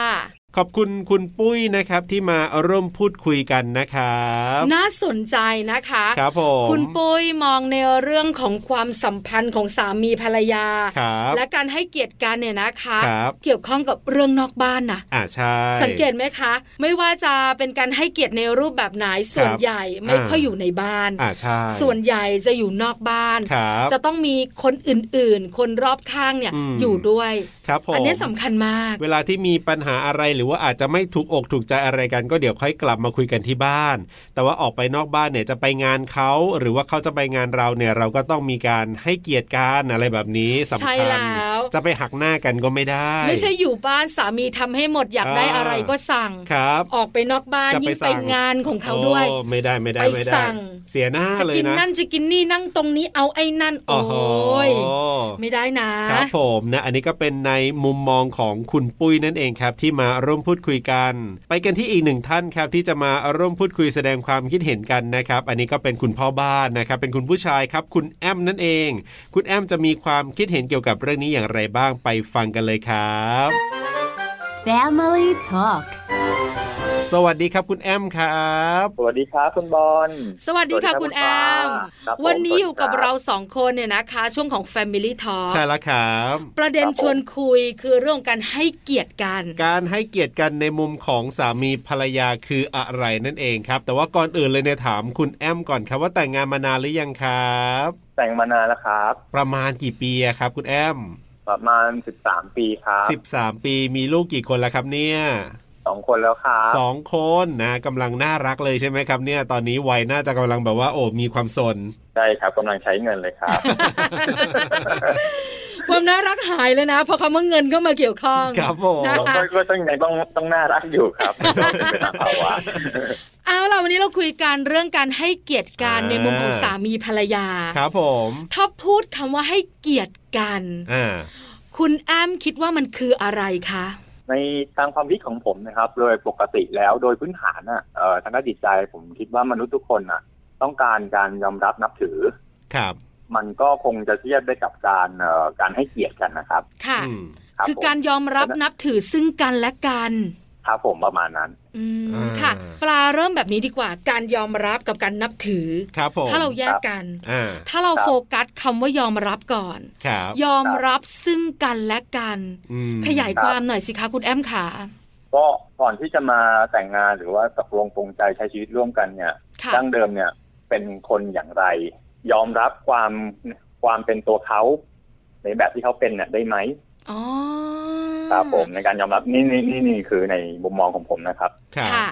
[SPEAKER 2] ขอบคุณคุณปุ้ยนะครับที่มาร่วมพูดคุยกันนะครับ
[SPEAKER 1] น่าสนใจนะคะ
[SPEAKER 2] ครับผม
[SPEAKER 1] คุณปุ้ยมองในเรื่องของความสัมพันธ์ของสามีภรรยา
[SPEAKER 2] ครับ
[SPEAKER 1] และการให้เกียรติกันเนี่ยนะคะ
[SPEAKER 2] ครับ
[SPEAKER 1] เกี่ยวข้องกับเรื่องนอกบ้านนะ
[SPEAKER 2] อ่าใช่
[SPEAKER 1] สังเกตไหมคะ ไม่ว่าจะเป็นการให้เกียรติในรูปแบบไหนส่วนใหญ่ไม่ค่อยอยู่ในบ้าน
[SPEAKER 2] อ่าใช่
[SPEAKER 1] ส่วนใหญ่จะอยู่นอกบ้าน
[SPEAKER 2] ครับ
[SPEAKER 1] จะต้องมีคนอื่นๆ คนรอบข้างเนี่ย
[SPEAKER 2] อืม
[SPEAKER 1] อยู่ด้วย
[SPEAKER 2] ครับผม
[SPEAKER 1] อันนี้สำคัญมาก
[SPEAKER 2] เวลาที่มีปัญหาอะไรหรือว่าอาจจะไม่ถูกอกถูกใจอะไรกันก็เดี๋ยวค่อยกลับมาคุยกันที่บ้าน แต่ว่าออกไปนอกบ้านเนี่ยจะไปงานเขาหรือว่าเขาจะไปงานเราเนี่ยเราก็ต้องมีการให้เกียรติกันอะไรแบบนี้สำ
[SPEAKER 1] ใช่
[SPEAKER 2] คัญ
[SPEAKER 1] แล้ว
[SPEAKER 2] จะไปหักหน้ากันก็ไม่ได้
[SPEAKER 1] ไม่ใช่อยู่บ้านสามีทำให้หมดอยาก
[SPEAKER 2] อ่า
[SPEAKER 1] ได้อะไรก็สั่ง
[SPEAKER 2] ครับ
[SPEAKER 1] ออกไปนอกบ้าน
[SPEAKER 2] จะไป
[SPEAKER 1] ยิ่งไป
[SPEAKER 2] สั่ง
[SPEAKER 1] งานของเขาด้วย
[SPEAKER 2] โอ้ไม่ได้ไม่ได้
[SPEAKER 1] ไป
[SPEAKER 2] ไม่
[SPEAKER 1] สั่
[SPEAKER 2] ได้
[SPEAKER 1] ง
[SPEAKER 2] เสียหน้า
[SPEAKER 1] จะ
[SPEAKER 2] เลย
[SPEAKER 1] กิน
[SPEAKER 2] นะ
[SPEAKER 1] นั่นจะกินนี่นั่งตรงนี้เอาไอ้นั่น โอ้
[SPEAKER 2] โโห
[SPEAKER 1] ยไม่ได้นะ
[SPEAKER 2] ครับผมนะ อันนี้ก็เป็นในมุมมองของคุณปุ้ยนั่นเองครับ ที่มาร่วมพูดคุยกัน ไปกันที่อีกหนึ่งท่านครับ ที่จะมาร่วมพูดคุยแสดงความคิดเห็นกันนะครับ อันนี้ก็เป็นคุณพ่อบ้านนะครับ เป็นคุณผู้ชายครับ คุณแอมนั่นเอง คุณแอมจะมีความคิดเห็นเกี่ยวกับเรื่องนี้อย่างไรบ้างไปฟังกันเลยครับ
[SPEAKER 4] Family Talk
[SPEAKER 2] สวัสดีครับคุณแอมครับ
[SPEAKER 7] สวัสดีครับคุณบอล
[SPEAKER 1] สวัสดีค่ะ
[SPEAKER 7] สวัสดีครับ
[SPEAKER 1] คุณ
[SPEAKER 7] คุณ
[SPEAKER 1] แอ
[SPEAKER 7] ปลาม ครับผม
[SPEAKER 1] วันนี้อยู่กับ
[SPEAKER 7] สวัสดีครับ
[SPEAKER 1] เราสองคนเนี่ยนะคะ ช่วงของ Family Talk
[SPEAKER 2] ใช่แล้วครับ
[SPEAKER 1] ประเด็น
[SPEAKER 7] ครับผม
[SPEAKER 1] ชวนคุยคือเรื่องการให้เกียรติกัน
[SPEAKER 2] การให้เกียรติกันในมุมของสามีภรรยาคืออะไรนั่นเองครับ แต่ว่าก่อนอื่นเลยเนี่ยถามคุณแอมก่อนครับว่าแต่งงานมานานหรือยังครับ
[SPEAKER 7] แต่งมานานแล้วครับ
[SPEAKER 2] ประมาณกี่ปีอะครับ คุณแอม
[SPEAKER 7] ประมาณ 13 ปีครับ
[SPEAKER 2] สิบสามปีมีลูกกี่คนแล้วครับเนี่ย
[SPEAKER 7] สองคนแล้วครับ
[SPEAKER 2] สองคนนะกำลังน่ารักเลยใช่ไหมครับเนี่ยตอนนี้วัยน่าจะกำลังแบบว่าโอ้มีความส น
[SPEAKER 7] ใช่ครับกำลังใช้เงินเลยครับ
[SPEAKER 1] ความน่ารักหายเลยนะเพราะคำว่าเงินเข้ามาเกี่ยวข้อง
[SPEAKER 2] ครับผม
[SPEAKER 1] นะ
[SPEAKER 7] ต้องก็ก็ต้องยังไงต้องต้องน่ารักอยู่ ครับต้องเป็นไปตามภาวะ
[SPEAKER 1] เอาล่ะวันนี้เราคุยกันเรื่องการให้เกียรติกัน
[SPEAKER 2] อ่า
[SPEAKER 1] ในมุมของสามีภรรยา
[SPEAKER 2] ครับผม
[SPEAKER 1] ถ้าพูดคำว่าให้เกียรติกัน
[SPEAKER 2] อ่า
[SPEAKER 1] คุณแอมคิดว่ามันคืออะไรคะ
[SPEAKER 7] ในทางความคิดของผมนะครับ โดยปกติแล้วโดยพื้นฐานอ่ะเอ่อทางด้านจิตใจผมคิดว่ามนุษย์ทุกคนอ่ะ ต้องการการยอมรับนับถือ
[SPEAKER 2] ครับ
[SPEAKER 7] มันก็คงจะเทียบได้กับการเอ่อการให้เกียรติกันนะครับ
[SPEAKER 1] ค่ะ
[SPEAKER 2] อืม
[SPEAKER 7] รับ
[SPEAKER 1] คือ
[SPEAKER 7] ผม
[SPEAKER 1] การยอมรับ
[SPEAKER 7] ครับ
[SPEAKER 1] นับถือซึ่งกันและกัน
[SPEAKER 7] ครับผมประมาณนั้น
[SPEAKER 1] อื
[SPEAKER 2] อ่
[SPEAKER 1] มา ค่ะ ปลาเริ่มแบบนี้ดีกว่า การยอมรับกับการนับถือ
[SPEAKER 2] ครับผม
[SPEAKER 1] ถ้าเราแยกกัน
[SPEAKER 2] อ่า
[SPEAKER 1] ถ้าเรา
[SPEAKER 7] ครับ
[SPEAKER 1] โฟกัสคำว่ายอมรับก่อน
[SPEAKER 2] ครับ
[SPEAKER 1] ยอมรับซึ่งกันและกัน
[SPEAKER 2] ม
[SPEAKER 1] ขยายความหน่อยสิคะคุณแอมขา
[SPEAKER 7] ก็ก่อนที่จะมาแต่งงานหรือว่าตกลงปรงใจใช้ชีวิตร่วมกันเนี่ย
[SPEAKER 1] ค่ะ
[SPEAKER 7] ดั้งเดิมเนี่ยเป็นคนอย่างไร ยอมรับความความเป็นตัวเขาในแบบที่เขาเป็นเนี่ยได้ไหม
[SPEAKER 1] อ๋อ
[SPEAKER 7] ครับผมในการยอมรับนี่นี่นี่นี่คือในมุมมองของผมนะครับ
[SPEAKER 2] ครับ
[SPEAKER 1] ค่ะ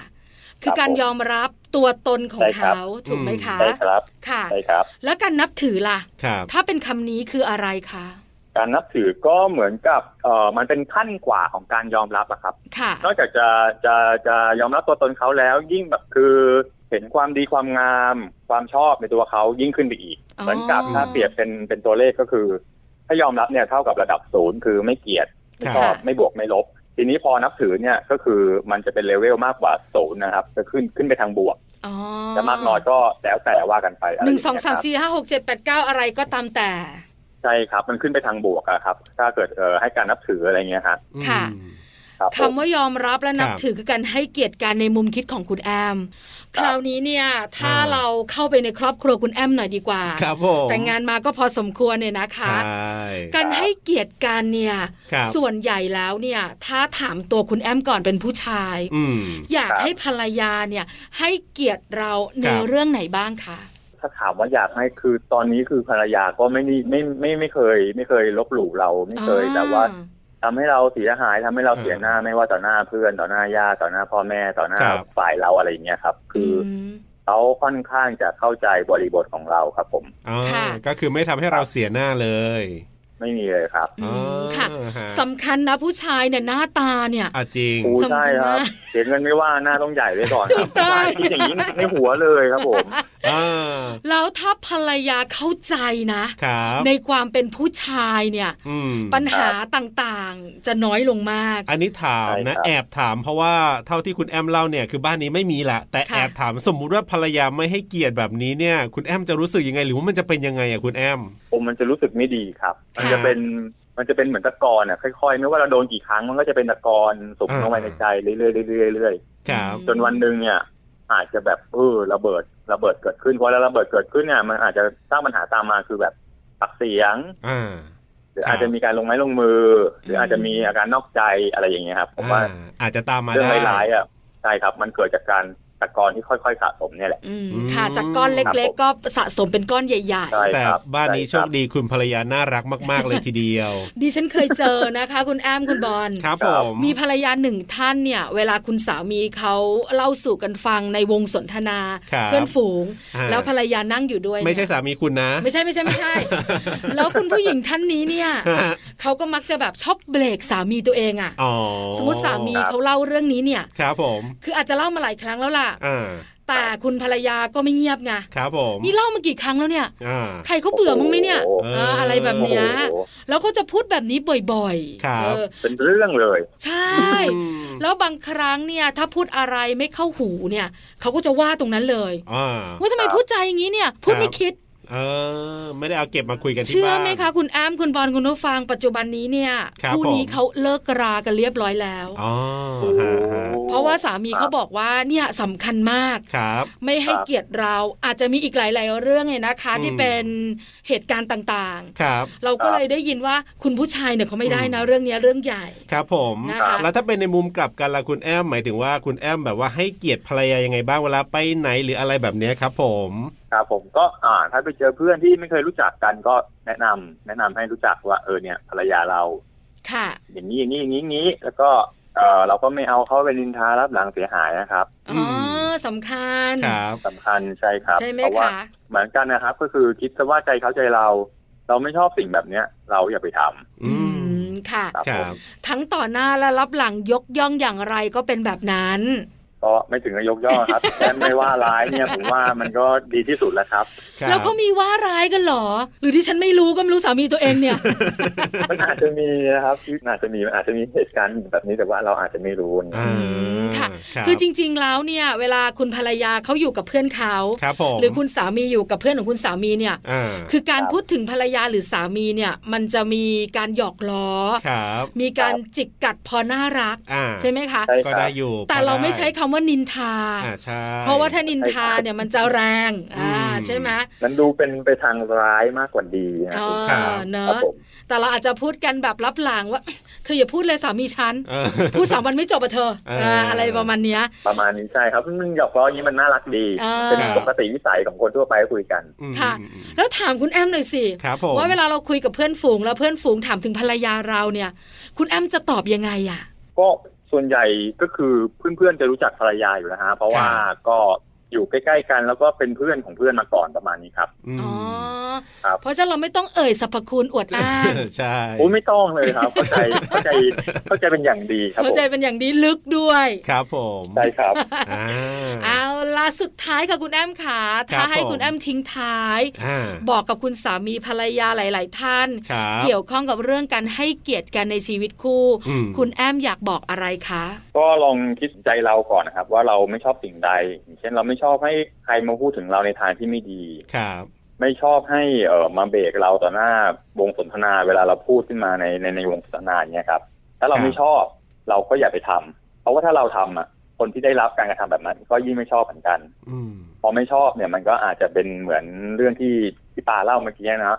[SPEAKER 1] คือการยอมรับตัวตนของ
[SPEAKER 7] ใช่ครับ
[SPEAKER 1] เขาถูกไหมคะ
[SPEAKER 7] ใช่ครับ
[SPEAKER 1] ค่ะ
[SPEAKER 7] ใช่ครับ
[SPEAKER 1] แล้วการนับถือล่ะ
[SPEAKER 2] ครับ
[SPEAKER 1] ถ้าเป็นคำนี้คืออะไรคะ
[SPEAKER 7] การนับถือก็เหมือนกับเออมันเป็นขั้นกว่าของการยอมรับอะครับ
[SPEAKER 1] ค่ะ
[SPEAKER 7] นอกจากจะจะจะยอมรับตัวตนเขาแล้ว ยิ่งแบบคือเห็นความดีความงาม ความชอบในตัวเขายิ่งขึ้นไปอีก
[SPEAKER 1] อ๋อ
[SPEAKER 7] เหมือนกับถ้าเปรียบเป็นเป็นตัวเลขก็คือ ถ้ายอมรับเนี่ยเท่ากับระดับศูนย์คือไม่เกลียดไม่ชอบ
[SPEAKER 1] ค่ะ
[SPEAKER 7] ไม่บวกไม่ลบ ทีนี้พอนับถือเนี่ยก็คือมันจะเป็นเลเวลมากกว่าศูนย์นะครับจะขึ้นขึ้นไปทางบวก
[SPEAKER 1] อ๋อ
[SPEAKER 7] จะมากน้อยก็แล้วแต่ว่ากันไปะไร
[SPEAKER 1] ห
[SPEAKER 7] ย่
[SPEAKER 1] นึ่ง
[SPEAKER 7] เย
[SPEAKER 1] สองสามสี่ห้าหกเจ็ดแปดเก้าอะไรก็ตามแต่
[SPEAKER 7] ใช่ครับ มันขึ้นไปทางบวกอะครับ ถ้าเกิดเออให้การนับถืออะไรเงี้ยฮะ
[SPEAKER 1] ค่ะ
[SPEAKER 2] อืม
[SPEAKER 7] ครับผม
[SPEAKER 1] คำว่ายอมรับและนับ
[SPEAKER 2] ครับ
[SPEAKER 1] ถือคือการให้เกียรติกันในมุมคิดของคุณแอม
[SPEAKER 7] ค
[SPEAKER 1] ค
[SPEAKER 7] รับ
[SPEAKER 1] ราวนี้เนี่ยถ้า
[SPEAKER 2] อ่า
[SPEAKER 1] เราเข้าไปในครอบครัวคุณแอมหน่อยดีกว่า
[SPEAKER 2] ครับผม
[SPEAKER 1] แต่งงานมาก็พอสมควรเนี่ยนะคะ
[SPEAKER 2] ใช่
[SPEAKER 1] การให้เกียรติกันเนี่ย
[SPEAKER 2] ครับ
[SPEAKER 1] ส่วนใหญ่แล้วเนี่ยถ้าถามตัวคุณแอมก่อนเป็นผู้ชาย
[SPEAKER 2] อืม
[SPEAKER 1] อยาก
[SPEAKER 7] ครับ
[SPEAKER 1] ให้ภรรยาเนี่ยให้เกียรติเราใน
[SPEAKER 2] ครับ
[SPEAKER 1] เรื่องไหนบ้างคะ
[SPEAKER 7] ถ้าถามว่าอยากให้คือตอนนี้คือภรรยาก็ไม่ได้ไม่ไม่ไม่เคย ไม่เคยลบหลู่เราไม่เคยแบบว่าทำให้เราเสียหายทำให้เราเสียหน้าไม่ว่าต่อหน้าเพื่อนต่อหน้าญาติต่อหน้าพ่อแม่ต่อหน้า
[SPEAKER 2] ครับ
[SPEAKER 7] ฝ่ายเราอะไรอย่างเงี้ยครับ คืออ
[SPEAKER 1] ม
[SPEAKER 7] เขาค่อนข้างจะเข้าใจบริบทของเราครับ ผม
[SPEAKER 2] อ่า
[SPEAKER 1] ค่ะ
[SPEAKER 2] ก็คือไม่ทำให้เราเสียหน้าเลย
[SPEAKER 7] ไม่มีเลยครับ
[SPEAKER 1] อืม
[SPEAKER 2] อ่
[SPEAKER 1] า ค่ะ
[SPEAKER 2] ฮะ
[SPEAKER 1] สำคัญนะผู้ชายเนี่ยหน้าตาเนี่ย
[SPEAKER 2] อ่ะจริง
[SPEAKER 7] โอ้
[SPEAKER 1] สำคัญ
[SPEAKER 7] ใช่ครับ
[SPEAKER 1] มาก
[SPEAKER 7] เสียเงินไม่ว่าหน้าต้องใหญ่ไว้ก่อนค
[SPEAKER 1] ถู
[SPEAKER 7] รับ
[SPEAKER 1] กต้อง
[SPEAKER 7] ใช่คิดอย่างนี้ในหัวเลยครับ ผม
[SPEAKER 2] อ่า
[SPEAKER 1] แล้วถ้าภรรยาเข้าใจนะ
[SPEAKER 2] ครับ
[SPEAKER 1] ในความเป็นผู้ชายเนี่ย
[SPEAKER 2] อืม
[SPEAKER 1] ปัญหาต่างๆ จะน้อยลงมาก
[SPEAKER 2] อันนี้ถามนะ
[SPEAKER 7] ใช่ครับ
[SPEAKER 2] แอบถามเพราะว่าเท่าที่คุณแอมเล่าเนี่ยคือบ้านนี้ไม่มีละแต่
[SPEAKER 1] ค่ะ
[SPEAKER 2] แอบถามสมมุติว่าภรรยาไม่ให้เกียรติแบบนี้เนี่ย คุณแอมจะรู้สึกยังไงหรือว่ามันจะเป็นยังไงอ่ะคุณแอม
[SPEAKER 7] ผมมันจะรู้สึกไม่ดีครับ มันจะ
[SPEAKER 2] ค่ะ
[SPEAKER 7] เป็น มันจะเป็นเหมือนตะกอนอ่ะ ค่อยๆ ไม่ว่าเราโดนกี่ครั้งมันก็จะเป็นตะกอนสุก
[SPEAKER 2] อ่า
[SPEAKER 7] ลงไปในใจเรื่อยๆเรื่อยๆเรื่อย
[SPEAKER 2] ครับ
[SPEAKER 7] ๆจนวันหนึ่งเนี่ย อาจจะแบบเออระเบิดระเบิดเกิดขึ้นพอแล้วระเบิดเกิดขึ้นเนี่ยมันอาจจะสร้างปัญหาตามมาคือแบบปักเสียง
[SPEAKER 2] อ่า
[SPEAKER 7] หรือ
[SPEAKER 2] ครับ
[SPEAKER 7] อาจจะมีการลงไม้ลงมือ หรืออาจจะมีอาการนอกใจอะไรอย่างเงี้ยครับผมว่า
[SPEAKER 2] อ่าอาจจะตามมา
[SPEAKER 7] เรื่อง
[SPEAKER 2] ได้
[SPEAKER 7] ร้ายๆอ่ะใช่ครับมันเกิดจากการตะกอนที่ค่อยๆสะสมเนี่ยแหละ
[SPEAKER 1] อืม
[SPEAKER 2] อืม
[SPEAKER 1] ค่ะจากก้อนเล็กๆ ก็สะสมเป็นก้อนใหญ่
[SPEAKER 7] ใช่
[SPEAKER 2] แต่
[SPEAKER 7] ครับ
[SPEAKER 2] บ้านนี้
[SPEAKER 7] ใช่
[SPEAKER 2] โช
[SPEAKER 7] ครับ
[SPEAKER 2] คดีคุณภรรยาน่ารักมาก ๆ เลยทีเดียว
[SPEAKER 1] ๆ ดิฉันเคยเจอนะคะ คุณแอมคุณบอล
[SPEAKER 2] ครับผม
[SPEAKER 1] มีภรรยาหนึ่งท่านเนี่ย เวลาคุณสามีเขาเล่าสู่กันฟังในวงสนทนา
[SPEAKER 2] ครับ
[SPEAKER 1] เพื่อนฝูง
[SPEAKER 2] อ่า
[SPEAKER 1] แล้วภรรยานั่งอยู่ด้วยเนี่ย
[SPEAKER 2] ไม่ใช่สามีคุณนะ
[SPEAKER 1] ไม่ใช่ไม่ใช่ไม่ ใช่ แล้วคุณผู้หญิงท่านนี้เนี่ย เขาก็มักจะแบบชอบเบรกสามีตัวเองอะ
[SPEAKER 2] อ๋อ
[SPEAKER 1] สมมติสามี
[SPEAKER 7] ครับ
[SPEAKER 1] เขาเล่าเรื่องนี้เนี่ย
[SPEAKER 2] ครับผม
[SPEAKER 1] คืออาจจะเล่ามาหลายครั้งแล้วล่ะ
[SPEAKER 2] อ่า
[SPEAKER 1] แต่คุณภรรยาก็ไม่เงียบไง
[SPEAKER 2] ครับผม
[SPEAKER 1] นี่เล่ามากี่ครั้งแล้วเนี่ย
[SPEAKER 2] อ่า
[SPEAKER 1] ใครเขาเบื่อมั้งไหมเนี่ย
[SPEAKER 7] โอ้โห
[SPEAKER 1] เอออะไรแบบเนี้ย
[SPEAKER 7] โอ้โห
[SPEAKER 1] แล้วก็จะพูดแบบนี้บ่อย
[SPEAKER 2] ครั
[SPEAKER 1] ๆ
[SPEAKER 2] บ
[SPEAKER 1] เออ
[SPEAKER 7] เป็นเรื่องเลย
[SPEAKER 1] ใช่ แล้วบางครั้งเนี่ยถ้าพูดอะไรไม่เข้าหูเนี่ย เขาก็จะว่าตรงนั้นเลย
[SPEAKER 2] อ่า
[SPEAKER 1] ว่าทำไม
[SPEAKER 7] ครับ
[SPEAKER 1] พูดใจอย่างนี้เนี่ย พูด
[SPEAKER 2] ครับ
[SPEAKER 1] ไม่คิด
[SPEAKER 2] เออ ไม่ได้เอาเก็บมาคุยกันที่บ้าน
[SPEAKER 1] เชื่อไหมคะคุณแอมคุณบอลคุณผู้ฟังปัจจุบันนี้เนี่ย
[SPEAKER 2] ครับผม
[SPEAKER 1] นี้เขาเลิกรากันเรียบร้อยแล้ว
[SPEAKER 2] อ๋อฮะฮะ
[SPEAKER 1] เพราะว่าสามีเขาบอกว่าเนี่ยสำคัญมาก
[SPEAKER 2] ครับ
[SPEAKER 1] ไม่ให้
[SPEAKER 7] ครับ
[SPEAKER 1] เกียรติเราอาจจะมีอีกหลาย ๆ เรื่องเลยนะคะ
[SPEAKER 2] อืม
[SPEAKER 1] ที่เป็นเหตุการณ์ต่าง
[SPEAKER 2] ครับ
[SPEAKER 1] ๆ เราก็
[SPEAKER 7] ครับ
[SPEAKER 1] เลยได้ยินว่าคุณผู้ชายเนี่ยเขาไม่ได้นะ
[SPEAKER 2] อืม
[SPEAKER 1] เรื่องเนี้ยเรื่องใหญ่
[SPEAKER 2] ครับผม
[SPEAKER 1] นะคะ
[SPEAKER 2] แล้วถ้าเป็นในมุมกลับกันล่ะคุณแอมหมายถึงว่าคุณแอมแบบว่าให้เกียรติภรรยายังไงบ้างเวลาไปไหนหรืออะไรแบบเนี้ยครับผม
[SPEAKER 7] ครับผมก็อ่าถ้าไปเจอเพื่อนที่ไม่เคยรู้จักกันก็แนะนำแนะนำให้รู้จักว่าเออเนี่ยภรรยาเรา
[SPEAKER 1] ค่ะ
[SPEAKER 7] อย่างนี้อย่างนี้อย่างนี้อย่างนี้แล้วก็เออเราก็ไม่เอาเขาไปนินทารับหลังเสียหายนะครับ
[SPEAKER 1] อ๋ออ
[SPEAKER 2] ม
[SPEAKER 1] สำคัญ
[SPEAKER 2] ครับ
[SPEAKER 7] สำคัญใช่ครับ
[SPEAKER 1] ใช่ไหม
[SPEAKER 7] เพราะว่า
[SPEAKER 1] คะ
[SPEAKER 7] เหมือนกันนะครับ ก็คือคิดซะว่าใจเขาใจเรา เราไม่ชอบสิ่งแบบเนี้ย เราอย่าไปทำ
[SPEAKER 2] อื
[SPEAKER 1] อื
[SPEAKER 2] ม
[SPEAKER 1] มค่ะ
[SPEAKER 7] ครับ
[SPEAKER 2] ค
[SPEAKER 7] ผ
[SPEAKER 2] รับ
[SPEAKER 7] ม
[SPEAKER 1] ทั้งต่อหน้าและรับหลังยกย่องอย่างไรก็เป็นแบบนั้น
[SPEAKER 7] ก็ไม่ถึงกับยกย่องครับ แค่ไม่ว่าร้ายเนี่ยผมว่ามันก็ดีที่สุดแล้วครับ
[SPEAKER 2] ครับ
[SPEAKER 1] แล้วเขามีว่าร้ายกันเหรอ หรือที่ฉันไม่รู้ก็ไม่รู้สามีตัวเองเนี่ย
[SPEAKER 7] มันอาจจะมีนะครับมันอาจจะมีมันอาจจะมีเหตุการณ์แบบนี้แต่ว่าเราอาจจะไม่รู้นะ
[SPEAKER 2] อ่า
[SPEAKER 1] อืมค่ะ
[SPEAKER 2] รับ
[SPEAKER 1] คือจริง ๆ แล้วเนี่ย เวลาคุณภรรยาเขาอยู่กับเพื่อนเขา
[SPEAKER 2] ครับผม
[SPEAKER 1] หรือคุณสามีอยู่กับเพื่อนของคุณสามีเนี่ย
[SPEAKER 2] อ่า
[SPEAKER 1] คือการพูดถึงภรรยาหรือสามีเนี่ย มันจะมีการหยอกล้อ
[SPEAKER 2] ครับ
[SPEAKER 1] มีการจิกกัดพอน่ารัก
[SPEAKER 2] อ่า
[SPEAKER 1] ใช่ไหมคะ
[SPEAKER 7] ใช่ค
[SPEAKER 2] ก็
[SPEAKER 7] รับ
[SPEAKER 2] ได้อยู่
[SPEAKER 1] แต่เราไม่ใช้คำว่านินทา
[SPEAKER 2] อ่าใช่
[SPEAKER 1] เพราะว่าถ้านินทาเนี่ยมันจะแรงอ่า
[SPEAKER 2] อืม
[SPEAKER 1] ใช่ไหม
[SPEAKER 7] มันดูเป็นไปทางร้ายมากกว่าดีนะ
[SPEAKER 1] เอ
[SPEAKER 7] ค
[SPEAKER 1] อ
[SPEAKER 2] ครับ
[SPEAKER 1] เน
[SPEAKER 7] รับ
[SPEAKER 1] อะ
[SPEAKER 7] ผม
[SPEAKER 1] แต่เราอาจจะพูดกันแบบรับหลังว่า เธออย่าพูดเลยสามีฉัน
[SPEAKER 2] เออ
[SPEAKER 1] พูดสามวันไม่จบอะเธอ
[SPEAKER 2] เอออ่
[SPEAKER 1] าอะไรประมาณเนี้ย
[SPEAKER 7] ประมาณนี้ใช่ครับมันหยอกล้ออย่างนี้มันน่ารักดี
[SPEAKER 1] อ่า
[SPEAKER 7] เป็นปกติวิสัยของคนทั่วไปก็คุยกัน
[SPEAKER 2] อืม
[SPEAKER 1] ค่ะ แล้วถามคุณแอมหน่อยสิ
[SPEAKER 2] ครับผม
[SPEAKER 1] ว่าเวลาเราคุยกับเพื่อนฝูงแล้วเพื่อนฝูงถามถึงภรรยาเราเนี่ย คุณแอมจะตอบยังไงอ่ะ
[SPEAKER 7] ก็ส่วนใหญ่ก็คือเพื่อนๆจะรู้จักภรรยาอยู่แล้วฮะเพราะว่า
[SPEAKER 2] ครับ
[SPEAKER 7] ก็อยู่ใกล้ๆกันแล้วก็เป็นเพื่อนของเพื่อนมาก่อนประมาณนี้ครับ
[SPEAKER 2] อืม
[SPEAKER 1] อ๋อ
[SPEAKER 7] ครับ
[SPEAKER 1] เพราะฉะนั้นเราไม่ต้องเอ่ยสรรพคุณอวดอ้าง
[SPEAKER 2] ใช่
[SPEAKER 7] โอ้ไม่ต้องเลย ครับ เข้าใจเข้าใจเข้าใจเป็นอย่างดีครับผ
[SPEAKER 1] เข้าม ใจเป็นอย่างดีลึกด้วย
[SPEAKER 2] ครับผม
[SPEAKER 7] ใช่ครับ
[SPEAKER 2] อ่า
[SPEAKER 1] เอาล่ะสุดท้ายค่ะคุณแอมค่ะ
[SPEAKER 2] ครั
[SPEAKER 1] ถ้า
[SPEAKER 2] บ
[SPEAKER 1] ให้
[SPEAKER 2] ผม
[SPEAKER 1] คุณแอมทิ้งท้าย
[SPEAKER 2] อ่า
[SPEAKER 1] บอกกับคุณสามีภรรยาหลาย ๆ ท่าน
[SPEAKER 2] ครับ
[SPEAKER 1] เกี่ยวข้องกับเรื่องการให้เกียรติกันในชีวิตคู่
[SPEAKER 2] อืม
[SPEAKER 1] คุณแอมอยากบอกอะไรคะ
[SPEAKER 7] ก็ลองคิดใจเราก่อนนะครับ ว่าเราไม่ชอบสิ่งใดอย่างเช่นเราไม่ชอบให้ใครมาพูดถึงเราในทางที่ไม่ดี
[SPEAKER 2] ครับ
[SPEAKER 7] ไม่ชอบให้เออมาเบรกเราต่อหน้าวงสนทนา เวลาเราพูดขึ้นมาในในในวงสนทนาเนี่ยครับ ถ้าเรา
[SPEAKER 2] ครับ
[SPEAKER 7] ไม่ชอบเราก็อย่าไปทำเพราะว่าถ้าเราทำอ่ะ คนที่ได้รับการกระทำแบบนั้น ก็ยิ่งไม่ชอบเหมือนกัน
[SPEAKER 2] อืม
[SPEAKER 7] พอไม่ชอบเนี่ยมันก็อาจจะเป็นเหมือนเรื่องที่ที่ปาเล่าเมื่อกี้นะครับ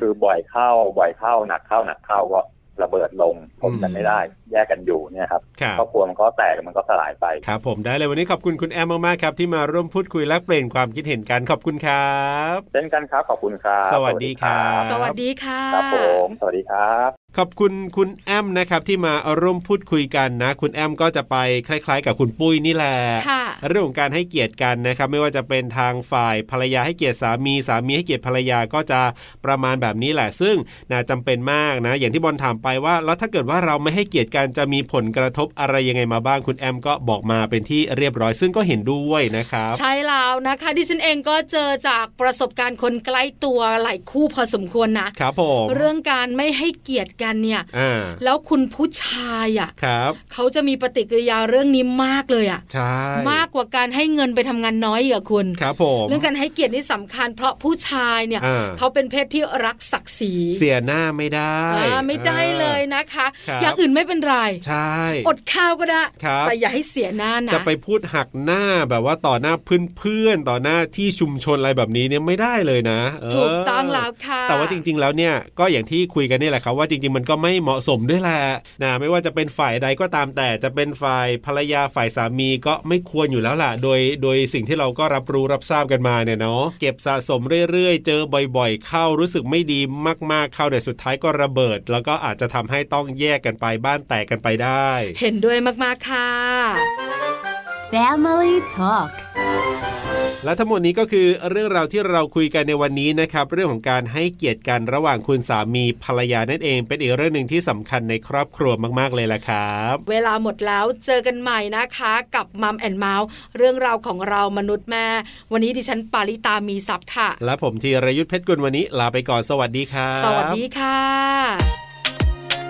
[SPEAKER 7] คือบ่อยเข้าบ่อยเข้าหนักเข้าหนักเข้าก็ระเบิดลงทนกันไม่ได้ แยกกันอยู่เนี่ยครับ
[SPEAKER 2] ครับ
[SPEAKER 7] ครอบครัวมันก็แตกมันก็สลายไป
[SPEAKER 2] ครับผมได้เลยวันนี้ขอบคุณคุณแอมมากๆครับ ที่มาร่วมพูดคุยแลกเปลี่ยนความคิดเห็นกันขอบคุณครับ
[SPEAKER 7] เช่นกันครับขอบคุณครับ
[SPEAKER 2] สวัสดีครับ
[SPEAKER 1] สวัสดีค่ะ
[SPEAKER 7] ครับผมสวัสดีครับ
[SPEAKER 2] ขอบคุณคุณแอมนะครับที่มาร่วมพูดคุยกันนะ คุณแอมก็จะไปคล้าย ๆ กับคุณปุ้ยนี่แหละ
[SPEAKER 1] ค่ะ
[SPEAKER 2] เรื่องของการให้เกียรติกันนะครับ ไม่ว่าจะเป็นทางฝ่ายภรรยาให้เกียรติสามีสามีให้เกียรติภรรยาก็จะประมาณแบบนี้แหละ ซึ่งน่าจำเป็นมากนะ อย่างที่บอลถามไปว่า แล้วถ้าเกิดว่าเราไม่ให้เกียรติกันจะมีผลกระทบอะไรยังไงมาบ้างคุณแอมก็บอกมาเป็นที่เรียบร้อย ซึ่งก็เห็นด้วยนะครับ
[SPEAKER 1] ใช่แล้วนะคะดิฉันเองก็เจอจากประสบการณ์คนใกล้ตัวหลายคู่พอสมควรนะ
[SPEAKER 2] ครับผม
[SPEAKER 1] เรื่องการไม่ให้เกียรติกันเนี่ย
[SPEAKER 2] อ่า
[SPEAKER 1] แล้วคุณผู้ชายอ่ะ
[SPEAKER 2] ครับ
[SPEAKER 1] เขาจะมีปฏิกิริยาเรื่องนี้มากเลยอ่ะ
[SPEAKER 2] ใช่
[SPEAKER 1] มากกว่าการให้เงินไปทำงานน้อยอีกอะคุณ
[SPEAKER 2] ครับผม
[SPEAKER 1] เรื่องการให้เกียรตินี่สำคัญ เพราะผู้ชายเนี่ย
[SPEAKER 2] อ่า
[SPEAKER 1] เขาเป็นเพศที่รักศักดิ์ศรี
[SPEAKER 2] เสียหน้าไม่ได้
[SPEAKER 1] อ่าไม่ได้เลยนะคะ
[SPEAKER 2] ครับ
[SPEAKER 1] อย่างอื่นไม่เป็นไร
[SPEAKER 2] ใช่
[SPEAKER 1] อดข้าวก็ได้
[SPEAKER 2] ครับ
[SPEAKER 1] แต่อย่าให้เสียหน้านะ
[SPEAKER 2] จะไปพูดหักหน้าแบบว่าต่อหน้าเพื่อนๆต่อหน้าที่ชุมชนอะไรแบบนี้เนี่ยไม่ได้เลยนะเ
[SPEAKER 1] ถูกต้องแล้วค่ะ
[SPEAKER 2] แต่ว่าจริง ๆ แล้วเนี่ยก็อย่างที่คุยกันนี่แหละครับว่าจริง ๆ มันก็ไม่เหมาะสมด้วยแหละนะไม่ว่าจะเป็นฝ่ายใดก็ตามแต่จะเป็นฝ่ายภรรยาฝ่ายสามีก็ไม่ควรอยู่แล้วล่ะ โดยโดยสิ่งที่เราก็รับรู้รับทราบกันมาเนี่ยเนาะเก็บสะสมเรื่อยๆ เจอบ่อย ๆ เข้ารู้สึกไม่ดีมาก ๆเข้าเดี๋ยวสุดท้ายก็ระเบิด แล้วก็อาจจะทำให้ต้องแยกกันไปบ้านแตกกันไปได้
[SPEAKER 1] เห็นด้วยมาก ๆ ค่ะ
[SPEAKER 4] Family Talk
[SPEAKER 2] และทั้งหมดนี้ก็คือเรื่องราวที่เราคุยกันในวันนี้นะครับ เรื่องของการให้เกียรติกันระหว่างคุณสามีภรรยานั่นเอง เป็นอีกเรื่องหนึ่งที่สำคัญในครอบครัวมากๆเลยล่ะครับ
[SPEAKER 1] เวลาหมดแล้วเจอกันใหม่นะคะ กับมัมแอนเมาส์เรื่องราวของเรามนุษย์แม่ วันนี้ดิฉันปาริตามีซัพ์ค่ะ
[SPEAKER 2] และผมธีรยุทธเพชรกุลวันนี้ลาไปก่อนสวัสดีครับ
[SPEAKER 1] สวัสดีค่ะ